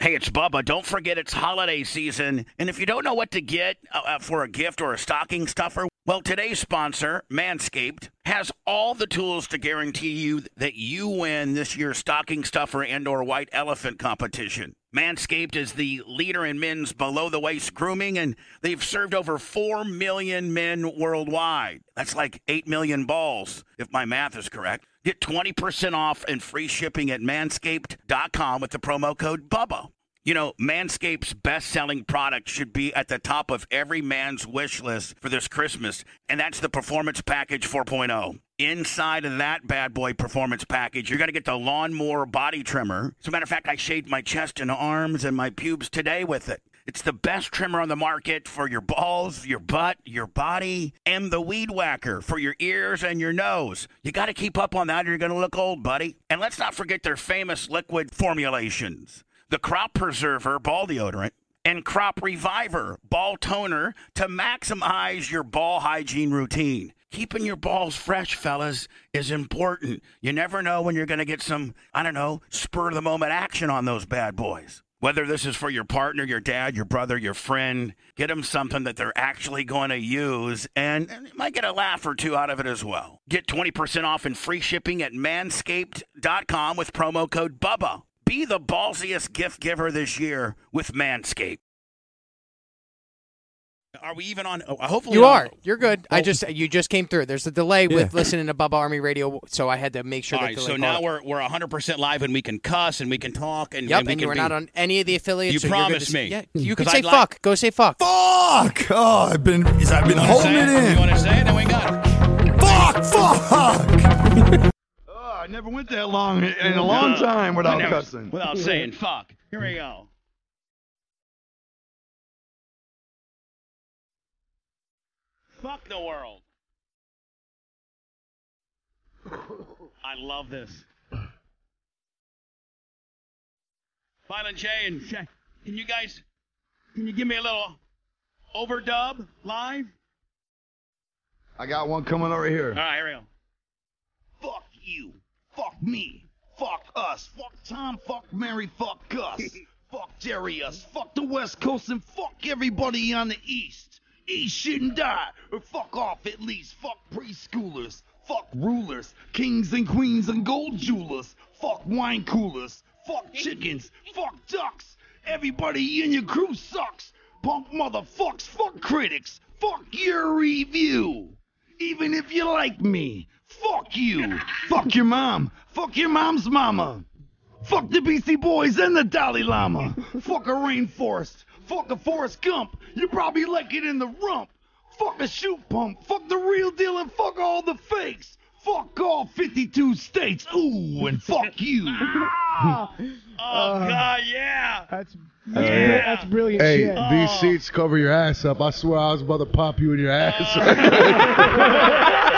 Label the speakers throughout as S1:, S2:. S1: Hey, it's Bubba. Don't forget it's holiday season. And if you don't know what to get uh, uh, for a gift or a stocking stuffer, well, today's sponsor, Manscaped, has all the tools to guarantee you that you win this year's stocking stuffer and or white elephant competition. Manscaped is the leader in men's below the waist grooming and they've served over 4 million men worldwide. That's like 8 million balls if my math is correct. Get 20% off and free shipping at manscaped.com with the promo code BUBBA. You know, Manscaped's best selling product should be at the top of every man's wish list for this Christmas, and that's the Performance Package 4.0. Inside of that bad boy performance package, you're going to get the lawnmower body trimmer. As a matter of fact, I shaved my chest and arms and my pubes today with it. It's the best trimmer on the market for your balls, your butt, your body, and the weed whacker for your ears and your nose. You got to keep up on that or you're going to look old, buddy. And let's not forget their famous liquid formulations the Crop Preserver Ball Deodorant, and Crop Reviver Ball Toner to maximize your ball hygiene routine. Keeping your balls fresh, fellas, is important. You never know when you're going to get some, I don't know, spur of the moment action on those bad boys. Whether this is for your partner, your dad, your brother, your friend, get them something that they're actually going to use and you might get a laugh or two out of it as well. Get 20% off and free shipping at manscaped.com with promo code BUBBA. Be the ballsiest gift giver this year with Manscaped. Are we even on? oh, Hopefully,
S2: You
S1: we're
S2: are.
S1: on-
S2: You're good. I
S1: Well-
S2: just you just came through. There's a delay with listening to Bubba Army Radio, so I had to make sure.
S1: All
S2: that
S1: right,
S2: the
S1: so
S2: link
S1: now
S2: caught.
S1: we're we're 100% live and we can cuss and we can talk and,
S2: Yep,
S1: and
S2: and,
S1: we can
S2: you were
S1: be-
S2: not on any of the affiliates.
S1: You
S2: so you're good
S1: promised
S2: to-
S1: me. Hmm.
S2: Yeah, you
S1: 'Cause
S2: can say
S1: I'd like-
S2: fuck. Go say fuck.
S3: Fuck! Oh, I've been I've been
S1: You wanna
S3: holding
S1: say
S3: it
S1: it? You
S3: in.
S1: want to say it? Then we got it.
S3: Fuck! Fuck!
S4: Oh, I never went that long in a long time without
S1: Never-
S4: cussing.
S1: Without saying fuck. Here we go. Fuck the world. I love this. Violent J and Shay, can you guys can you give me a little overdub live?
S4: I got one coming over here.
S1: All right, here we go.
S4: Fuck you. Fuck me. Fuck us. Fuck Tom. Fuck Mary. Fuck us. fuck Darius. Fuck the West Coast and fuck everybody on the East. East shouldn't die. Or fuck off at least. Fuck preschoolers. Fuck rulers. Kings and queens and gold jewelers. Fuck wine coolers. Fuck chickens. fuck ducks. Everybody in your crew sucks. Punk motherfucks. Fuck critics. Fuck your review even if you like me. Fuck you. Fuck your mom. Fuck your mom's mama. Fuck the BC Boys and the Dalai Lama. Fuck a rainforest. Fuck a Forrest Gump. You probably like it in the rump. Fuck a shoot pump. Fuck the real deal and fuck all the fakes. Fuck all 52 states. Ooh, and fuck you.
S1: Oh god, yeah.
S5: That's
S1: Yeah.
S5: that's brilliant
S6: Hey,
S5: shit.
S6: these
S1: Oh.
S6: seats cover your ass up. I swear I was about to pop you in your ass.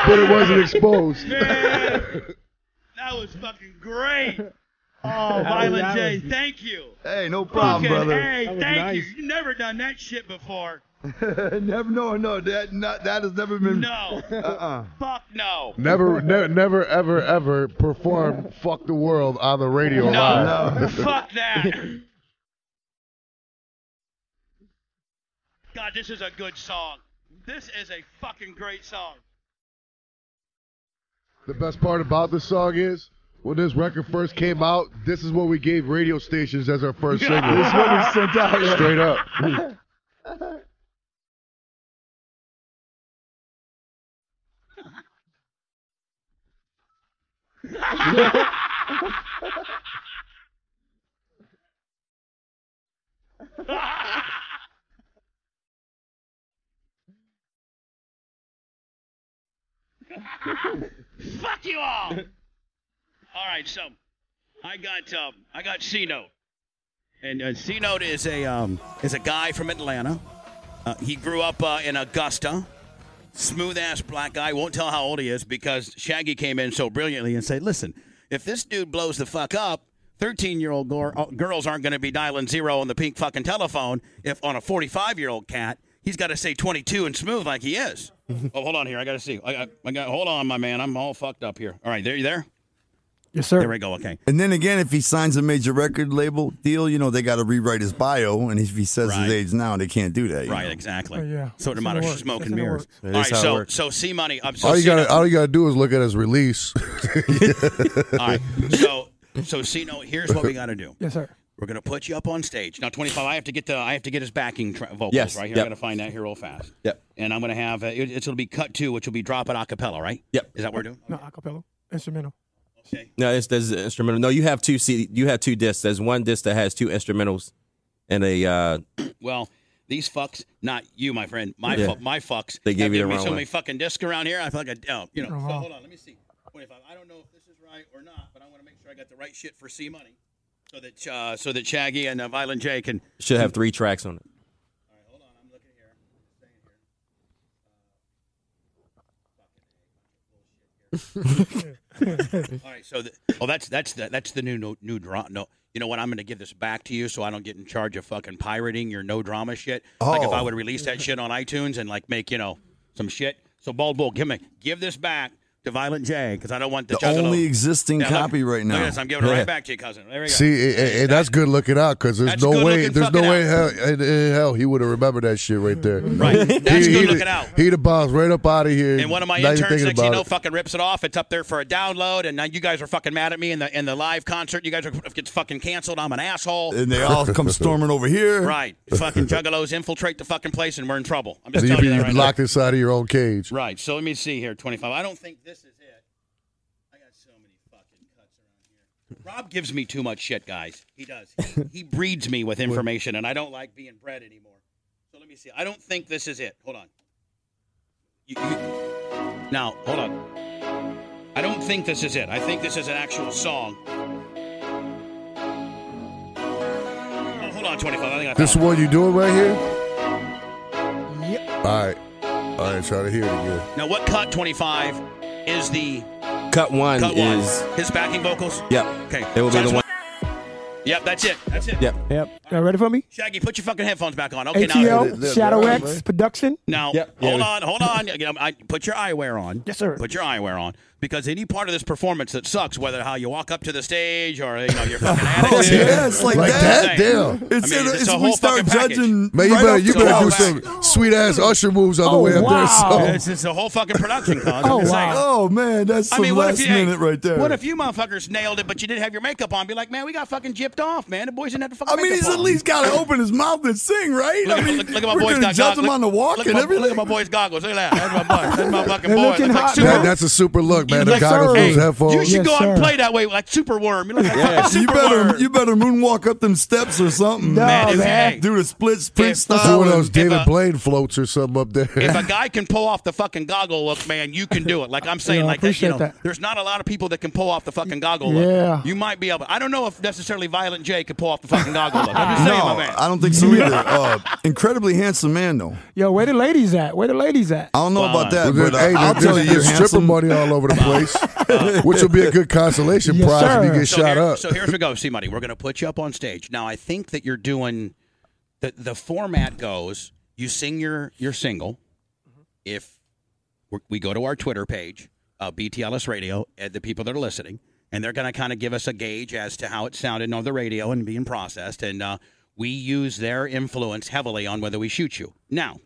S6: but it wasn't exposed.
S1: That was fucking great.
S5: Oh,
S1: Violent
S5: that
S1: J,
S5: was-
S1: thank you.
S4: Hey, no
S1: Fucking Hey, thank
S5: That was
S1: you.
S5: nice.
S1: You never done that shit before.
S4: never, no, no, that, not, that has never been.
S1: No.
S4: Uh-uh.
S1: Fuck no.
S6: Never, never, never, ever, ever perform "Fuck the World" on the
S1: No.
S6: radio live.
S1: Fuck that. God, this is a good song. This is a fucking great song.
S6: The best part about this song is when this record first came out. This is what we gave radio stations as our first single. Straight up.
S5: Fuck you all. all right, so I got um, I got C Note, and uh, C Note is a um, is a guy from Atlanta. Uh, he grew up uh, in Augusta. Smooth ass black guy. Won't tell how old he is because Shaggy came in so brilliantly and said, "Listen, if this dude blows the fuck up." 13 year old gor- uh, girls aren't going to be dialing zero on the pink fucking telephone if on a 45 year old cat, he's got to say 22 and smooth like he is. oh, hold on here. I got to see. I, I, I got, hold on, my man. I'm all fucked up here. All right, there you there?
S7: Yes, sir.
S5: There we go. Okay.
S6: And then again, if he signs a major record label deal, you know they got to rewrite his bio. And if he says
S5: Right.
S6: his age now, they can't do that. you
S5: Right,
S6: know.
S5: exactly.
S7: Oh, yeah.
S5: So
S7: That's
S5: the amount
S7: how it
S5: of
S7: works.
S5: smoke
S7: That's
S5: and
S7: how it
S5: mirrors.
S7: works.
S5: All
S6: That
S5: right,
S6: is how it
S5: so
S6: works.
S5: so C money. Um, so
S8: All you
S5: C-Note-
S8: got all you got to do is look at his release.
S5: all right, so so C note. Here's what we got to do.
S7: Yes, sir.
S5: We're gonna put you up on stage now. 25. I have to get the I have to get his backing tra- vocals
S9: Yes,
S5: right here.
S9: yep.
S5: I gotta find that here real fast.
S9: Yep.
S5: And I'm gonna have uh, it, it's gonna be cut two, which will be drop it a cappella, right?
S9: Yep.
S5: Is that what we're doing?
S7: No, acapella, instrumental.
S5: Okay.
S9: No, it's there's an instrumental. No, you have two CD, you have two discs. There's one disc that has two instrumentals and a uh
S5: Well, these fucks, not you, my friend. My
S9: Yeah.
S5: fuck, my fucks.
S9: They gave
S5: have
S9: you the
S5: given me
S9: wrong
S5: so
S9: one.
S5: many fucking discs around here. I feel like a, oh, you know.
S7: Wrong
S5: So
S7: one.
S5: hold on, let me see. 25. I don't know if this is right or not, but I want to make sure I got the right shit for C money, so that uh, so that Shaggy and uh, Violent J can.
S9: should have three tracks on it.
S5: All right, hold on. I'm looking here. Staying here. Uh, fucking A, bunch of bullshit here. All right, so the, oh, that's that's the, that's the new no, new drama. No, you know what? I'm going to give this back to you, so I don't get in charge of fucking pirating your no drama shit. Like if I
S6: Oh.
S5: would release that shit on iTunes and like make you know some shit. So bald bull, give me give this back to Violent J because I don't want the,
S6: The
S5: juggalo-
S6: only existing
S5: Yeah, look-
S6: copy right
S5: Look
S6: now.
S5: at this, I'm giving it
S9: Yeah.
S5: right back to you, cousin. There we go.
S8: See, and, and that's good looking out because there's
S5: That's
S8: no
S5: good
S8: way,
S5: looking
S8: there's no
S5: fucking
S8: way in hell, in- in hell he would have remembered that shit right there.
S5: Right. That's
S8: He-
S5: good
S8: he'd-
S5: looking out.
S8: He'd have bounced right up out of here.
S5: And one of my
S8: not even
S5: interns
S8: thinking
S5: next thing you
S8: about
S5: know
S8: it.
S5: fucking rips it off. It's up there for a download, and now you guys are fucking mad at me in the in the live concert. You guys are gets fucking canceled. I'm an asshole.
S6: And they all come storming over here.
S5: right. Fucking juggalos infiltrate the fucking place and we're in trouble. I'm just
S8: So you'd
S5: telling
S8: be
S5: you that right
S8: locked inside of your own cage.
S5: now. Right. So let me see here, twenty five. I don't think this is it. I got so many fucking cuts around here. Rob gives me too much shit, guys. He does. He, he breeds me with information and I don't like being bred anymore. So let me see. I don't think this is it. Hold on. You, you, now, hold on. I don't think this is it. I think this is an actual song. Oh, hold on, 25. I think I
S8: This
S5: found it.
S8: one you doing right here?
S7: Yep.
S8: All right, all right. Try to hear it again.
S5: Now, what cut 25 is the
S9: Cut one
S5: cut one?
S9: is
S5: His backing vocals?
S9: yep.
S5: Okay.
S9: It will be
S5: So
S9: the one.
S5: that's- Yep, that's it. That's it.
S9: Yep.
S7: Yep. Y'all ready for me?
S5: Shaggy, put your fucking headphones back on. Okay, now.
S8: Yeah, yeah,
S7: ATO, Shadow
S8: yeah,
S7: X
S8: right.
S7: Production.
S5: Now,
S9: Yep, yeah,
S5: hold
S9: we-
S5: on, hold on. You know, I, put your eyewear on.
S7: Yes, sir.
S5: Put your eyewear on because any part of this performance that sucks, whether how you walk up to the stage or you know your fucking
S6: Oh,
S5: attitude,
S6: yeah, it's like,
S8: Like
S6: that.
S8: that, damn.
S6: It's,
S5: I mean,
S6: in-
S5: it's
S6: it's-
S5: a
S6: we
S5: whole
S6: start
S5: fucking package. Oh,
S6: judging.
S8: Man, you
S6: right
S8: better
S6: off
S8: you
S6: the
S8: better do
S6: bat.
S8: some sweet ass usher moves on the
S7: Oh,
S8: way up
S7: wow.
S8: there. So.
S5: This is a whole fucking production. Cause
S7: Oh, wow.
S6: Oh man, that's
S5: I
S6: some
S5: mean, what
S6: last
S5: if you hey,
S6: minute right there.
S5: What if you motherfuckers nailed it, but you didn't have your makeup on? Be like, man, we got fucking gypped off, man. The boys didn't have to fucking.
S6: I mean,
S5: makeup
S6: he's at
S5: on."
S6: least got to open his mouth and sing, right?
S5: Look,
S6: I
S5: at-
S6: mean,
S5: look, look at my
S6: we're
S5: boys.
S6: gonna
S5: got
S6: judge
S5: goggles.
S6: him on the walk
S5: look,
S6: and
S5: at my-
S6: everything.
S5: Look at my boys' goggles. Look at that. That's my boy. That's my fucking
S7: They're
S5: boy.
S7: looking
S5: That's like
S7: hot,
S5: super.
S8: That, that's a super look, man. The
S7: Yes,
S8: goggles,
S7: sir.
S8: those
S7: Hey,
S5: You
S8: headphones.
S5: should go out and
S7: sir.
S5: play that way like Superworm. You look like fucking
S6: you
S5: Superworm.
S6: better, you better moonwalk up them steps or something.
S7: No, Man,
S5: if- man. hey.
S6: do the split sprint
S5: If-
S6: style.
S8: Doing
S6: and-
S8: those David
S5: a-
S8: Blaine floats or something up there.
S5: if a guy can pull off the fucking goggle look, man, you can do it. Like I'm saying,
S7: Yeah, I
S5: like that, you
S7: appreciate
S5: know,
S7: that.
S5: there's not a lot of people that can pull off the fucking goggle
S7: Yeah.
S5: look. You might be able. I don't know if necessarily Violent J could pull off the fucking goggle look. I'm just
S6: no,
S5: saying, my man.
S6: I don't think so either. Uh, incredibly handsome man, though.
S7: Yo, where the ladies at? Where the ladies at?
S6: I don't know about that,
S8: Then,
S6: but uh,
S8: hey,
S6: I'll
S8: there's,
S6: tell you,
S8: there's,
S6: you're handsome.
S8: stripper
S6: Uh,
S8: money all over the place, which will be a good consolation
S7: Yes,
S8: prize if you
S7: sir.
S8: get
S5: so,
S8: shot
S5: here-
S8: up.
S5: so here's we go, see money. We're gonna put you up on stage. Now I think that you're doing the the format goes. You sing your your single. If we- we go to our Twitter page, uh, BTLS Radio, and the people that are listening, and they're going to kind of give us a gauge as to how it sounded on the radio and being processed, and uh, we use their influence heavily on whether we shoot you. Now,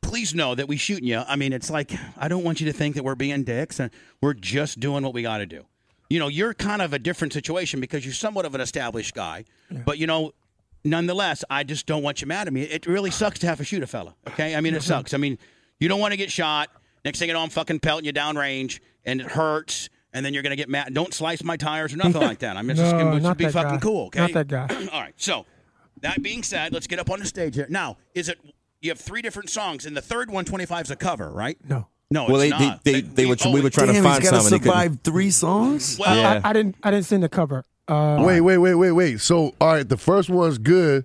S5: please know that we shooting you. I mean, it's like I don't want you to think that we're being dicks and we're just doing what we got to do. You know, you're kind of a different situation because you're somewhat of an established guy, but you know, nonetheless, I just don't want you mad at me. It really sucks to have to shoot a fella. Okay, I mean, it sucks. I mean, you don't want to get shot. Next thing you know, I'm fucking pelting you downrange, and it hurts. and then you're going to get mad. Don't slice my tires or nothing like that. I'm just
S7: No,
S5: going to
S7: not
S5: be
S7: that
S5: fucking
S7: guy.
S5: cool, okay?
S7: Not that guy.
S5: All right. So, that being said, let's get up on the stage here. Now, is it you have three different songs and the third one 25 is a cover, right?
S7: No.
S5: No,
S9: Well,
S5: it's
S9: they,
S5: not.
S9: they, they, they were tr- we were trying
S6: Damn,
S9: to find
S6: he's got to
S9: something. they couldn't-
S6: survive three songs.
S5: Well,
S9: Yeah.
S7: I, I didn't. I didn't send the cover. Uh,
S8: Wait, wait, wait, wait, wait. So, all right, the first one's good.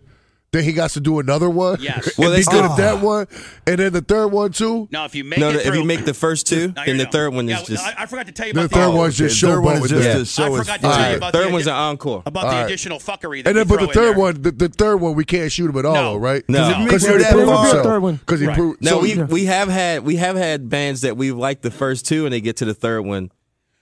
S8: Then he got to do another one.
S5: Yes.
S9: Well,
S8: Well,
S9: they
S8: they good
S9: still-
S8: at that one, and then the third one too.
S5: no, if you make
S9: No,
S5: it
S9: no, if
S5: through-
S9: you make the first two,
S5: No, here
S9: then
S5: you
S9: the
S5: go.
S9: third one
S5: Yeah,
S9: is just.
S5: I, I forgot to tell you
S8: The
S5: about
S8: third
S5: the,
S8: one's just
S6: third
S8: showboat
S6: one's
S8: with
S6: just
S8: this.
S6: to show
S5: I
S6: his
S5: forgot to tell you
S8: Alright.
S5: about
S9: third
S5: the,
S9: one's an encore.
S5: about
S8: All
S5: the
S8: right.
S5: additional fuckery. That
S8: And then,
S5: you
S8: but the
S5: throw in
S8: third
S5: there.
S8: one, the, the third one, we can't shoot him at all,
S5: No.
S8: right?
S9: No. 'Cause it
S6: makes it that far.
S7: Third one.
S8: because he
S5: Right.
S8: proved.
S9: No,
S8: so
S9: we
S8: he-
S9: we have had we have had bands that we like the first two, and they get to the third one.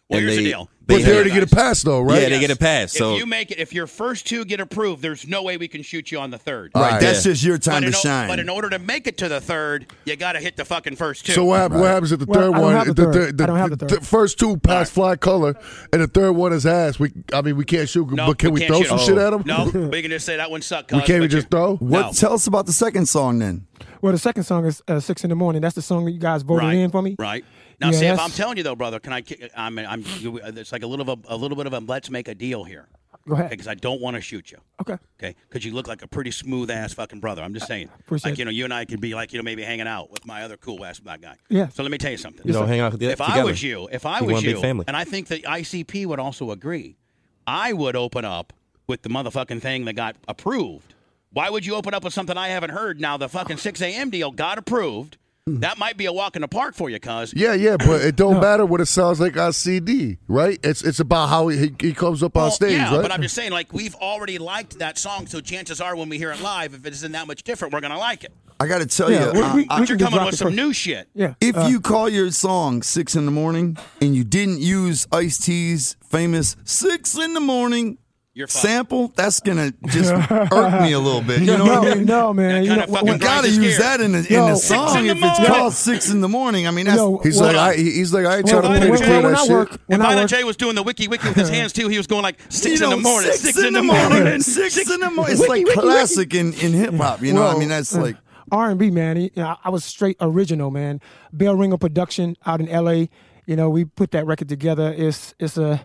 S5: Well,
S9: and
S5: here's
S9: they,
S5: the deal.
S9: They
S8: but they
S5: here
S9: have-
S8: already get a pass though, right?
S9: Yeah, they get a pass. So
S5: if you make it, if your first two get approved, there's no way we can shoot you on the third.
S8: Oh,
S6: All right,
S9: Right,
S6: that's
S9: yeah.
S6: just your
S5: But
S6: time
S5: in,
S6: to
S5: o- but in
S6: shine.
S5: order to make it to the third, you got to hit the fucking first two.
S8: So what, hap- what happens if the
S7: Well,
S8: third
S7: I don't
S8: one?
S7: have the third. I don't have the third.
S8: first two pass fly color, and the third one is ass. We, I mean, we can't shoot,
S5: no,
S8: but can we,
S5: can't
S8: throw
S5: shoot
S8: some shit at him?
S5: No, we can just say that one sucked.
S8: we can't. We just throw.
S6: What?
S5: No.
S6: Tell us about the second song then.
S7: Well, the second song is uh, six in the morning. That's the song that you guys voted
S5: right
S7: in for me.
S5: Right now,
S7: Yeah,
S5: see if
S7: that's-
S5: I'm telling you though, brother. Can I? ki- I'm. I'm. you- It's like a little of a, a little bit of a let's make a deal here
S7: Go ahead.
S5: because I don't want to shoot you.
S7: Okay.
S5: Okay, because you look like a pretty smooth ass fucking brother. I'm just saying,
S7: Appreciate
S5: like you
S7: it.
S5: know, you and I could be like you know maybe hanging out with my other cool ass black guy.
S7: Yeah.
S5: So let me tell you something.
S9: You know, hang out
S5: if
S9: together.
S5: I was you, if I
S9: You
S5: was
S9: want a big
S5: you,
S9: family.
S5: and I think that ICP would also agree, I would open up with the motherfucking thing that got approved. Why would you open up with something I haven't heard? Now the fucking six a.m. deal got approved.
S8: Hmm.
S5: That might be a walk in the park for you, cuz.
S8: Yeah, yeah, but it don't matter what it sounds like on CD, right? It's it's about how he, he, he comes up on
S5: Well,
S8: stage,
S5: Oh, yeah,
S8: right?
S5: but I'm just saying, like we've already liked that song, so chances are when we hear it live, if it isn't that much different, we're gonna like it.
S6: I got to tell
S7: Yeah,
S6: you, I-
S7: we- we-
S6: I-
S7: we
S5: But you're
S7: can
S5: coming
S7: drop
S5: with
S7: it
S5: some
S7: first.
S5: new shit.
S7: Yeah.
S6: if
S7: uh,
S6: you call your song six in the morning and you didn't use Ice T's famous six in the morning
S5: You're fucked.
S6: sample, that's gonna just irk me me a little bit. You know
S7: no,
S6: what I mean?
S7: no, man.
S5: That
S7: You
S5: kinda
S7: know,
S5: fucking
S6: We
S5: Right,
S6: gotta
S5: just
S6: use
S5: scared.
S6: that in the, in
S7: No.
S6: the
S7: Six
S6: song
S5: in the
S6: if it's
S5: morning.
S6: called six in the morning. I mean, that's
S7: No.
S8: he's
S7: Well,
S8: like I, he- he's like I ain't trying
S7: well, when,
S8: to play
S5: picture
S7: when,
S5: of
S7: when
S8: that
S7: I
S8: shit.
S7: work, when
S5: If
S7: I
S5: Violent
S7: work,
S5: J was doing the wiki wiki with his hands too, he was going like six
S6: You
S5: in the
S6: know,
S5: morning, six, in the morning.
S6: six, in the morning. It's like classic in, in hip hop. You know, I mean, that's like
S7: uh, R and B, man. You know, I was straight original, man. Bell Ringer Production out in L.A. You know, we put that record together. It's it's a,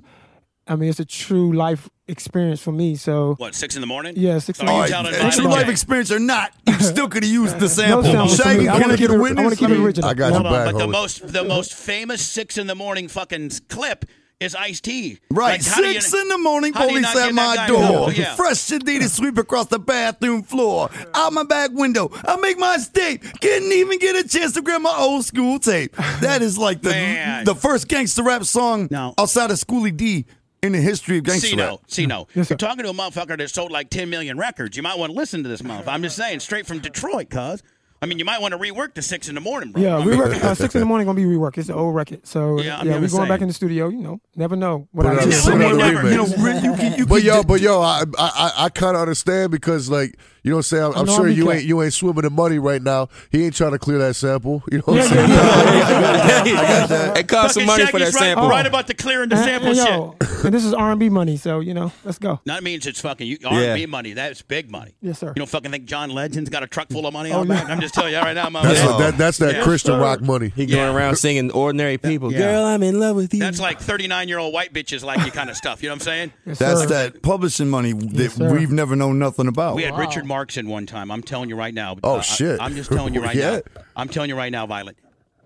S7: I mean, it's a true life experience for me. So
S5: What six in the morning?
S7: Yeah, six
S5: So
S7: in the
S5: you
S7: morning.
S5: telling
S7: Alright,
S5: Violent
S7: it's
S6: true
S7: your
S5: J-
S6: life experience or not, you still could have used the sample.
S7: sample for
S6: Shaggy,
S7: me. I
S6: can
S7: wanna
S6: I
S7: keep
S6: get a
S7: it- I
S6: witness?
S7: wanna keep it original.
S8: I got
S7: Hold
S8: your
S5: Hold on,
S8: back,
S5: but the
S8: homie.
S5: most the most famous six in the morning fucking clip is Ice T.
S6: Right,
S5: Like, how do you-
S6: six in the morning,
S5: how do you
S6: police
S5: not
S6: at
S5: give
S6: my
S5: that guy a
S6: door.
S5: medal? Yeah.
S6: Fresh sedated sweep across the bathroom floor. Out my back window, I make my escape. Couldn't even get a chance to grab my old school tape. That is like the
S5: Man.
S6: the first gangster rap song
S5: No.
S6: outside of Schoolie D in the history of gangster
S5: See
S6: rap.
S5: no, see no.
S7: Yes,
S5: You're
S7: sir.
S5: talking to a motherfucker that sold like 10 million records. You might want to listen to this motherfucker. I'm just saying, straight from Detroit, cuz. I mean, you might want to rework the six in the morning, bro.
S7: yeah, we work, uh, six in the morning gonna be reworked. It's an old record, so
S5: Yeah,
S7: yeah,
S5: I'm
S7: we're
S5: just
S7: going back
S5: saying.
S7: in the studio. You know, never know what
S8: Put it
S7: I
S8: out
S7: do.
S8: there. Put it out there.
S6: You know, really, you can, you
S8: But
S6: can
S8: yo,
S6: do-
S8: but yo, I I, I, I kind of understand because like you know what I'm saying. I'm, I'm
S7: an
S8: sure
S7: army
S8: you
S7: cat.
S8: ain't you ain't swimming in money right now. He ain't trying to clear that sample. You know what I'm
S7: Yeah,
S8: saying?
S7: yeah, yeah.
S9: it cost some
S5: Fucking
S9: money for that
S5: Shaggy's right,
S9: sample.
S5: right about the clearing the
S7: And-
S5: sample
S7: and,
S5: shit.
S7: Uh, yo, and this is R and B money, so you know, let's go.
S5: That means it's fucking you, R&B money. That's big money.
S7: Yes, sir.
S5: You don't fucking think John Legend's got a truck full of money on back? I'm just telling you right now, my
S8: Oh, That's
S5: man.
S8: what- that, that's that
S5: Yeah.
S8: Christian rock money.
S9: He going around singing ordinary people.
S5: yeah.
S9: Girl, I'm in love with you.
S5: That's like 39 year old white bitches like you kind of stuff. You know what I'm saying?
S7: Yes,
S6: That's
S7: sir.
S6: that publishing money that
S7: Yes, sir.
S6: we've never known nothing about.
S5: We had Richard Marks in one time. I'm telling you right now.
S8: Oh,
S5: I-
S8: shit.
S5: I, am just telling you right
S8: Yeah.
S5: now. I'm telling you right now, Violet.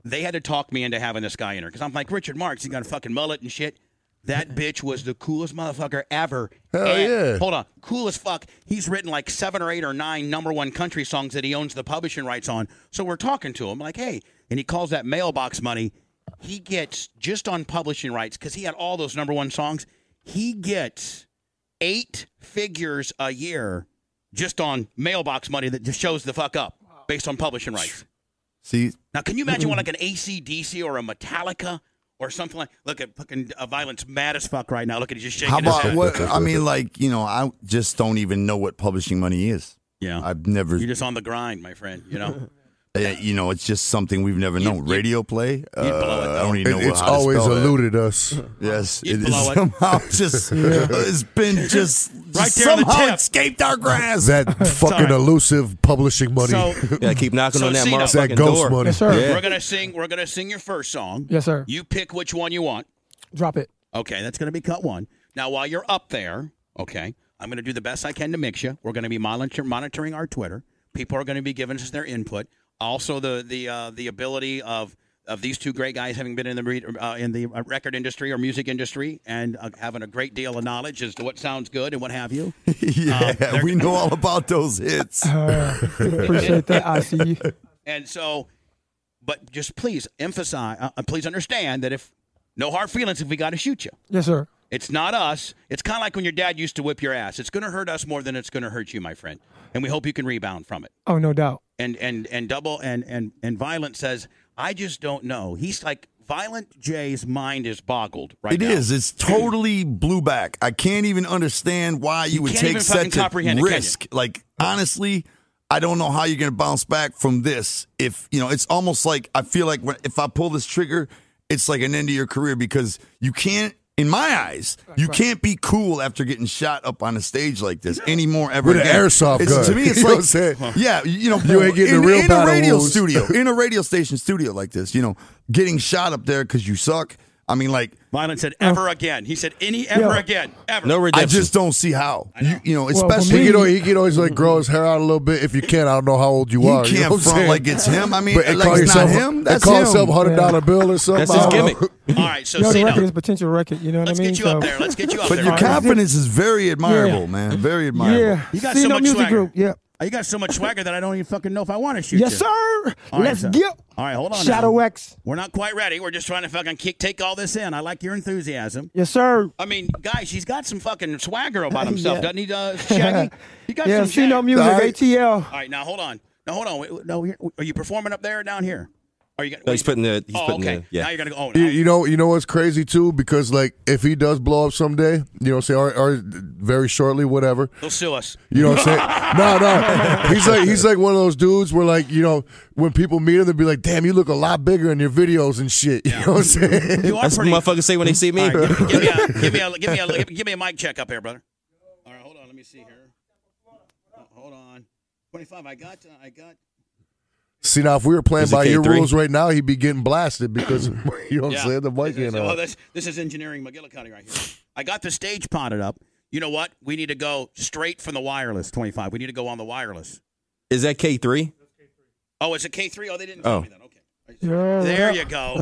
S5: They had to talk me into having this guy in her because I'm like Richard Marks. He got a fucking mullet and shit. That bitch was the coolest motherfucker ever.
S8: Hell
S5: And-
S8: yeah.
S5: Hold on, cool as fuck. He's written like seven or eight or nine number one country songs that he owns the publishing rights on. So we're talking to him like, hey, and he calls that mailbox money. He gets just on publishing rights because he had all those number one songs. He gets eight figures a year just on mailbox money that just shows the fuck up based on publishing rights.
S6: See,
S5: Now, can you imagine what like an AC/DC or a Metallica or something like? Look at fucking uh, violence, mad as fuck right now. Look at he's just shaking
S6: how
S5: his
S6: about
S5: head.
S6: what? I mean, like you know, I just don't even know what publishing money is.
S5: Yeah,
S6: I've never,
S5: you're just on the grind, my friend. You know,
S6: uh, you know, it's just something we've never known.
S5: you-
S6: Radio play. Uh,
S5: blow it,
S6: I don't
S8: It,
S6: even know
S8: it's
S6: how to
S8: always
S6: spell that.
S8: eluded us.
S6: Yes,
S5: You'd
S6: it is
S5: blow it.
S6: somehow just it's been just,
S5: Right
S6: just
S5: there on the
S6: somehow
S5: tip.
S6: escaped our grasp.
S8: That fucking elusive publishing money.
S5: so
S9: yeah, keep knocking
S5: So,
S9: on that
S5: Cena.
S9: motherfucking
S8: that ghost
S9: door.
S8: money.
S7: Yes, sir.
S5: we're gonna sing. We're gonna sing your first song.
S7: Yes, sir.
S5: You pick which one you want.
S7: Drop it.
S5: Okay, that's going to be cut one. Now, while you're up there, okay, I'm going to do the best I can to mix you. We're going to be monitor- monitoring our Twitter. People are going to be giving us their input. Also, the the uh, the ability of of these two great guys having been in the re- uh, in the uh, record industry or music industry and uh, having a great deal of knowledge as to what sounds good and what have you.
S6: yeah,
S5: they're-
S6: we know all about those hits.
S7: Uh, Appreciate that. I see you.
S5: And so, but just please emphasize, uh, uh, please understand that if no hard feelings, if we got to shoot you.
S7: Yes, sir.
S5: It's not us. It's kind of like when your dad used to whip your ass. It's going to hurt us more than it's going to hurt you, my friend. And we hope you can rebound from it.
S7: Oh, no doubt.
S5: And and and double and and and violent says, I just don't know. He's like violent. Jay's mind is boggled right
S6: It
S5: now.
S6: is. It's totally blew back. I can't even understand why you, would
S5: can't
S6: take
S5: even fucking
S6: such a
S5: comprehend it, can you?
S6: risk. Like honestly, I don't know how you're gonna bounce back from this. If you know, it's almost like I feel like when, if I pull this trigger, it's like an end of your career because you can't. In my eyes, you can't be cool after getting shot up on a stage like this anymore ever
S8: With an
S6: again.
S8: airsoft
S6: It's- To
S8: gun.
S6: me, it's
S8: You know
S6: like
S8: what I'm saying?
S6: yeah, you know,
S8: You ain't getting
S6: in,
S8: the real
S6: in a
S8: battle
S6: radio
S8: wounds.
S6: studio, in a radio station studio like this, you know, getting shot up there because you suck. I mean, like
S5: Violent said, ever again. He said, any ever
S7: Yeah.
S5: again, ever.
S9: No
S6: I
S9: redemption.
S6: just don't see how. You, you know,
S7: for
S6: especially
S7: me-
S8: He
S6: you
S8: can, always, he can always like grow his hair out a little bit if you can. I don't know how old you are.
S6: can't
S8: you know what I'm
S6: front
S8: saying?
S6: like it's him. I mean,
S8: But and
S6: like
S8: call
S6: it's
S8: yourself
S6: not him.
S8: and
S6: That's
S8: call
S6: him.
S8: yourself a hundred dollar bill or something.
S9: That's his
S8: I don't know.
S9: gimmick.
S5: All right, so
S7: You know, the
S5: Cino,
S7: record is potential record. You know what
S5: let's
S7: I mean?
S5: get you up
S7: So-
S5: there. Let's get you up
S6: But
S5: there.
S6: your
S5: All right.
S6: confidence is very admirable, man. Very admirable.
S7: Yeah.
S5: You got
S7: Cino
S5: so much
S7: Music
S5: swagger.
S7: Group. Yeah.
S5: You got so much swagger that I don't even fucking know if I want to shoot
S7: Yes,
S5: you.
S7: sir.
S5: All right,
S7: Let's
S5: so-
S7: get
S5: All right, hold on.
S7: Shadow
S5: now.
S7: X.
S5: We're not quite ready. We're just trying to fucking kick, take all this in. I like your enthusiasm.
S7: Yes, sir.
S5: I mean, guys, he's got some fucking swagger about himself, doesn't he, uh, Shaggy? He got
S7: Yeah,
S5: some shaggy.
S7: Cino Music,
S6: All right.
S7: ATL.
S5: All right, now hold on. Now hold on. Wait, wait, No, you're- are you performing up there or down here? Are you?
S9: No, he's putting the. He's
S5: oh,
S9: putting
S5: okay.
S9: the. Yeah.
S5: Now you're gonna go. Oh,
S8: You,
S5: no.
S8: you know, you know what's crazy too, because like if he does blow up someday, you know, say or, or very shortly, whatever.
S5: They'll sue us.
S8: You know what I'm saying? no, no. He's like he's like one of those dudes where like you know when people meet him, they'll be like, "Damn, you look a lot bigger in your videos and shit." You know what I'm saying?
S5: You are
S9: That's what
S5: pretty.
S9: motherfuckers say when they see me.
S5: All right, give, me, give me a, give me a, give me a, give me a mic check up here, brother. All right, hold on. Let me see here. Oh, Hold on. Twenty-five. I got. uh, I got.
S8: See now, if we were playing
S9: Is it
S8: by your
S9: K3?
S8: rules right now, he'd be getting blasted because you know what I'm saying. The mic
S5: This is-
S8: ain't
S5: oh,
S8: on.
S5: this, this is engineering McGillicuddy right here. I got the stage potted up. You know what? We need to go straight from the wireless 25. We need to go on the wireless.
S9: Is that K three?
S5: Oh, it's a K3. Oh, they didn't tell
S9: Oh.
S5: me that. Okay.
S7: Yeah,
S5: There you go.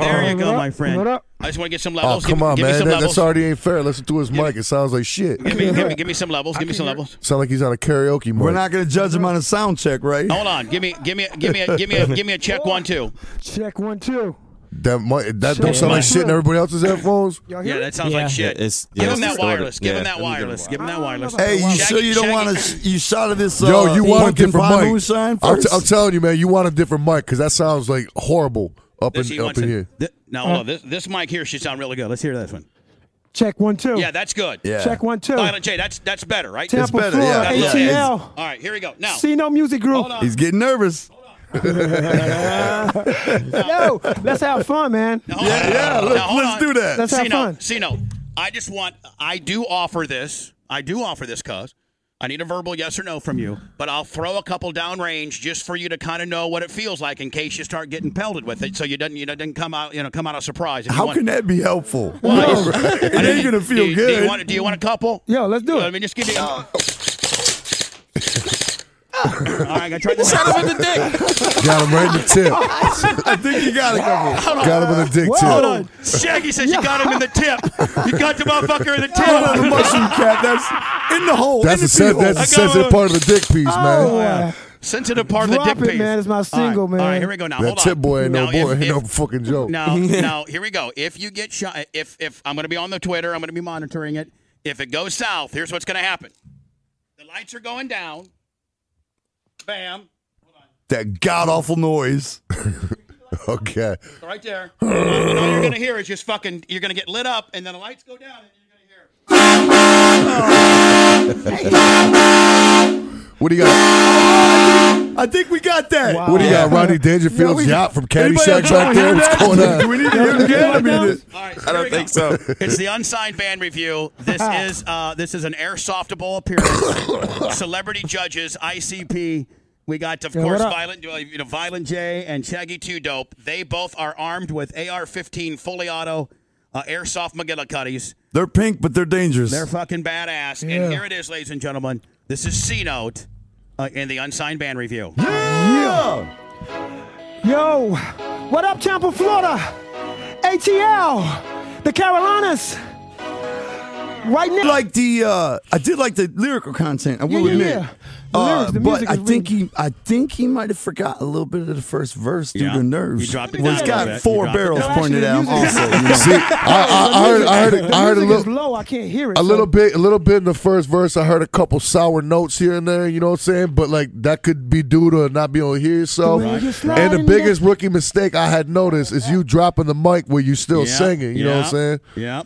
S5: There you go, my
S7: What
S5: friend.
S7: up?
S5: I just want to get some
S8: Oh
S5: levels.
S8: come
S5: give,
S8: on,
S5: give Me
S8: man!
S5: some
S8: That,
S5: levels.
S8: that's already ain't fair. Listen to his mic; it sounds like shit.
S5: Give me, give, me, give me some levels. Give me some levels.
S8: Sound like he's on a karaoke mic.
S6: We're not going to judge him on a sound check, right?
S5: Hold on. Give me, give me, give me, a, give me, a, give me a check one two.
S7: Check one, two.
S8: that mic, that don't sound like
S7: Shit.
S8: shit in everybody else's headphones.
S7: Y'all hear
S5: Yeah,
S7: me?
S5: that sounds
S2: Yeah.
S5: like shit.
S9: Yeah, it's-
S5: give
S9: yeah,
S5: him
S9: it's
S5: that
S9: distorted.
S5: wireless. Give him
S9: Yeah,
S5: that
S9: let me get
S5: wireless.
S9: it.
S5: Give him that wireless.
S6: Hey, you
S5: Shaggy-
S6: sure you don't
S5: Shaggy-
S6: want to? You shot of this? Uh,
S8: Yo, you want a
S6: Pumpkin
S8: different
S6: Pie
S8: mic?
S6: Moonshine
S8: I'm, t-
S6: 1st
S8: I'm telling you, man, you want a different mic because that sounds like horrible up
S5: This,
S8: in
S5: he
S8: up
S5: wants
S8: in
S5: it.
S8: here.
S5: Th- no, hold on. this this mic here should sound really good. Let's hear this one.
S7: Check one, two.
S5: Yeah, that's good.
S6: yeah.
S7: Check one, two.
S5: Violent J, that's that's better, right?
S7: Tampa,
S6: better,
S7: Florida,
S6: yeah,
S5: yeah, yeah.
S7: ATL.
S5: All right, here we go. Now,
S7: Cino Music Group.
S5: Hold on.
S6: He's getting nervous.
S7: Yo, let's have fun, man.
S5: Now, hold on.
S6: Yeah,
S5: Now,
S6: let's,
S5: hold
S6: let's
S5: on.
S6: do that.
S7: Let's have
S5: Cino,
S7: fun.
S5: Cino, I just want, I do offer this. I do offer this, cuz. I need a verbal yes or no from you, but I'll throw a couple downrange just for you to kind of know what it feels like in case you start getting pelted with it, so you doesn't you know, doesn't come out you know come out a surprise. If you
S6: How
S5: want-
S6: can that be helpful?
S5: Well, I just-
S6: it
S5: I
S6: ain't
S5: just-
S6: gonna feel
S5: do you, Do
S6: good.
S5: you, want, do you want a couple?
S7: Yo, let's do
S5: Let
S7: it.
S5: me just give you. All right, I gotta try this.
S9: Shot him in the dick.
S8: Got him right in the tip.
S6: I think you got a couple.
S8: Got him in the dick
S7: Hold
S8: tip.
S7: on.
S5: Shaggy says you got him in the tip. You got the motherfucker in the tip.
S6: Hold on, the mushroom cap. That's in the hole.
S8: That's
S6: in
S8: the
S6: the pee
S8: sen-
S6: hole.
S8: that's the
S5: I got
S8: sensitive
S5: one.
S8: part of the dick piece,
S7: Oh,
S8: man.
S7: uh,
S5: sensitive part of the
S7: Drop
S5: dick
S7: it,
S5: piece.
S7: man. It's my
S5: All right.
S7: single,
S5: All right,
S7: man.
S5: here we go now.
S8: That
S5: Hold
S8: tip
S5: on.
S8: boy ain't no
S5: Now,
S8: boy,
S5: if-
S8: ain't no
S5: if-
S8: fucking joke.
S5: Now, now, here we go. If you get shot, if if I'm going to be on the Twitter, I'm going to be monitoring it. If it goes south, here's what's going to happen: the lights are going down. Bam,
S6: that god awful noise.
S8: Okay.
S5: right there. And all you're going to hear is just fucking. You're going to get lit up, and then the lights go down, and you're going to hear.
S8: What do you got?
S6: I think we got that.
S7: Wow.
S8: What do you got?
S7: Yeah.
S8: Ronnie
S6: Yeah,
S8: Dangerfield's
S6: we-
S8: yacht from
S6: Anybody
S8: Caddyshack
S6: else
S8: back
S6: wanna
S8: there.
S6: hear
S8: What's
S6: that?
S8: going on?
S6: Do we need to hear it again? I mean, it-
S5: All right, so here
S9: I don't
S5: we go.
S9: think so.
S5: It's the unsigned band review. This
S7: Ah.
S5: is uh, this is an airsoftable appearance. Celebrity judges, ICP. We got, of
S7: Yeah,
S5: course,
S7: what up?
S5: Violent, uh, you know, Violent J and Shaggy Two Dope. They both are armed with AR-15 fully auto uh, airsoft McGillicuddies.
S6: They're pink, but they're dangerous.
S5: They're fucking badass.
S7: Yeah.
S5: And here it is, ladies and gentlemen. This is C Note uh, in the Unsigned Band Review.
S7: Yo, what up, Tampa, Florida? ATL, the Carolinas. Right
S6: I
S7: now.
S6: did like the uh, I did like the lyrical content. I will
S7: yeah,
S6: admit.
S7: yeah. The
S6: Uh,
S7: lyrics, the
S6: but
S7: music
S6: I
S7: is
S6: think he I think he might have forgot a little bit of the first verse due
S5: Yeah.
S6: to nerves.
S5: You dropped it
S6: well, he's
S5: down a
S6: got
S5: little bit.
S6: four
S5: You dropped it
S6: barrels
S7: down.
S6: pointed at him.
S7: Actually, the
S6: Also, you know.
S8: See, I, I, I heard, I heard, a, I heard a
S7: Music is
S8: little,
S7: low. I can't hear it.
S8: a
S7: so-
S8: little bit, a little bit in the first verse. I heard a couple sour notes here and there. You know what I'm saying? But like that could be due to not being able to hear yourself.
S7: The way you slide
S8: And the
S7: in
S8: biggest rookie mistake I had noticed is you dropping the mic where you still
S5: Yeah,
S8: singing. You know what
S5: yeah,
S8: I'm saying?
S5: Yeah.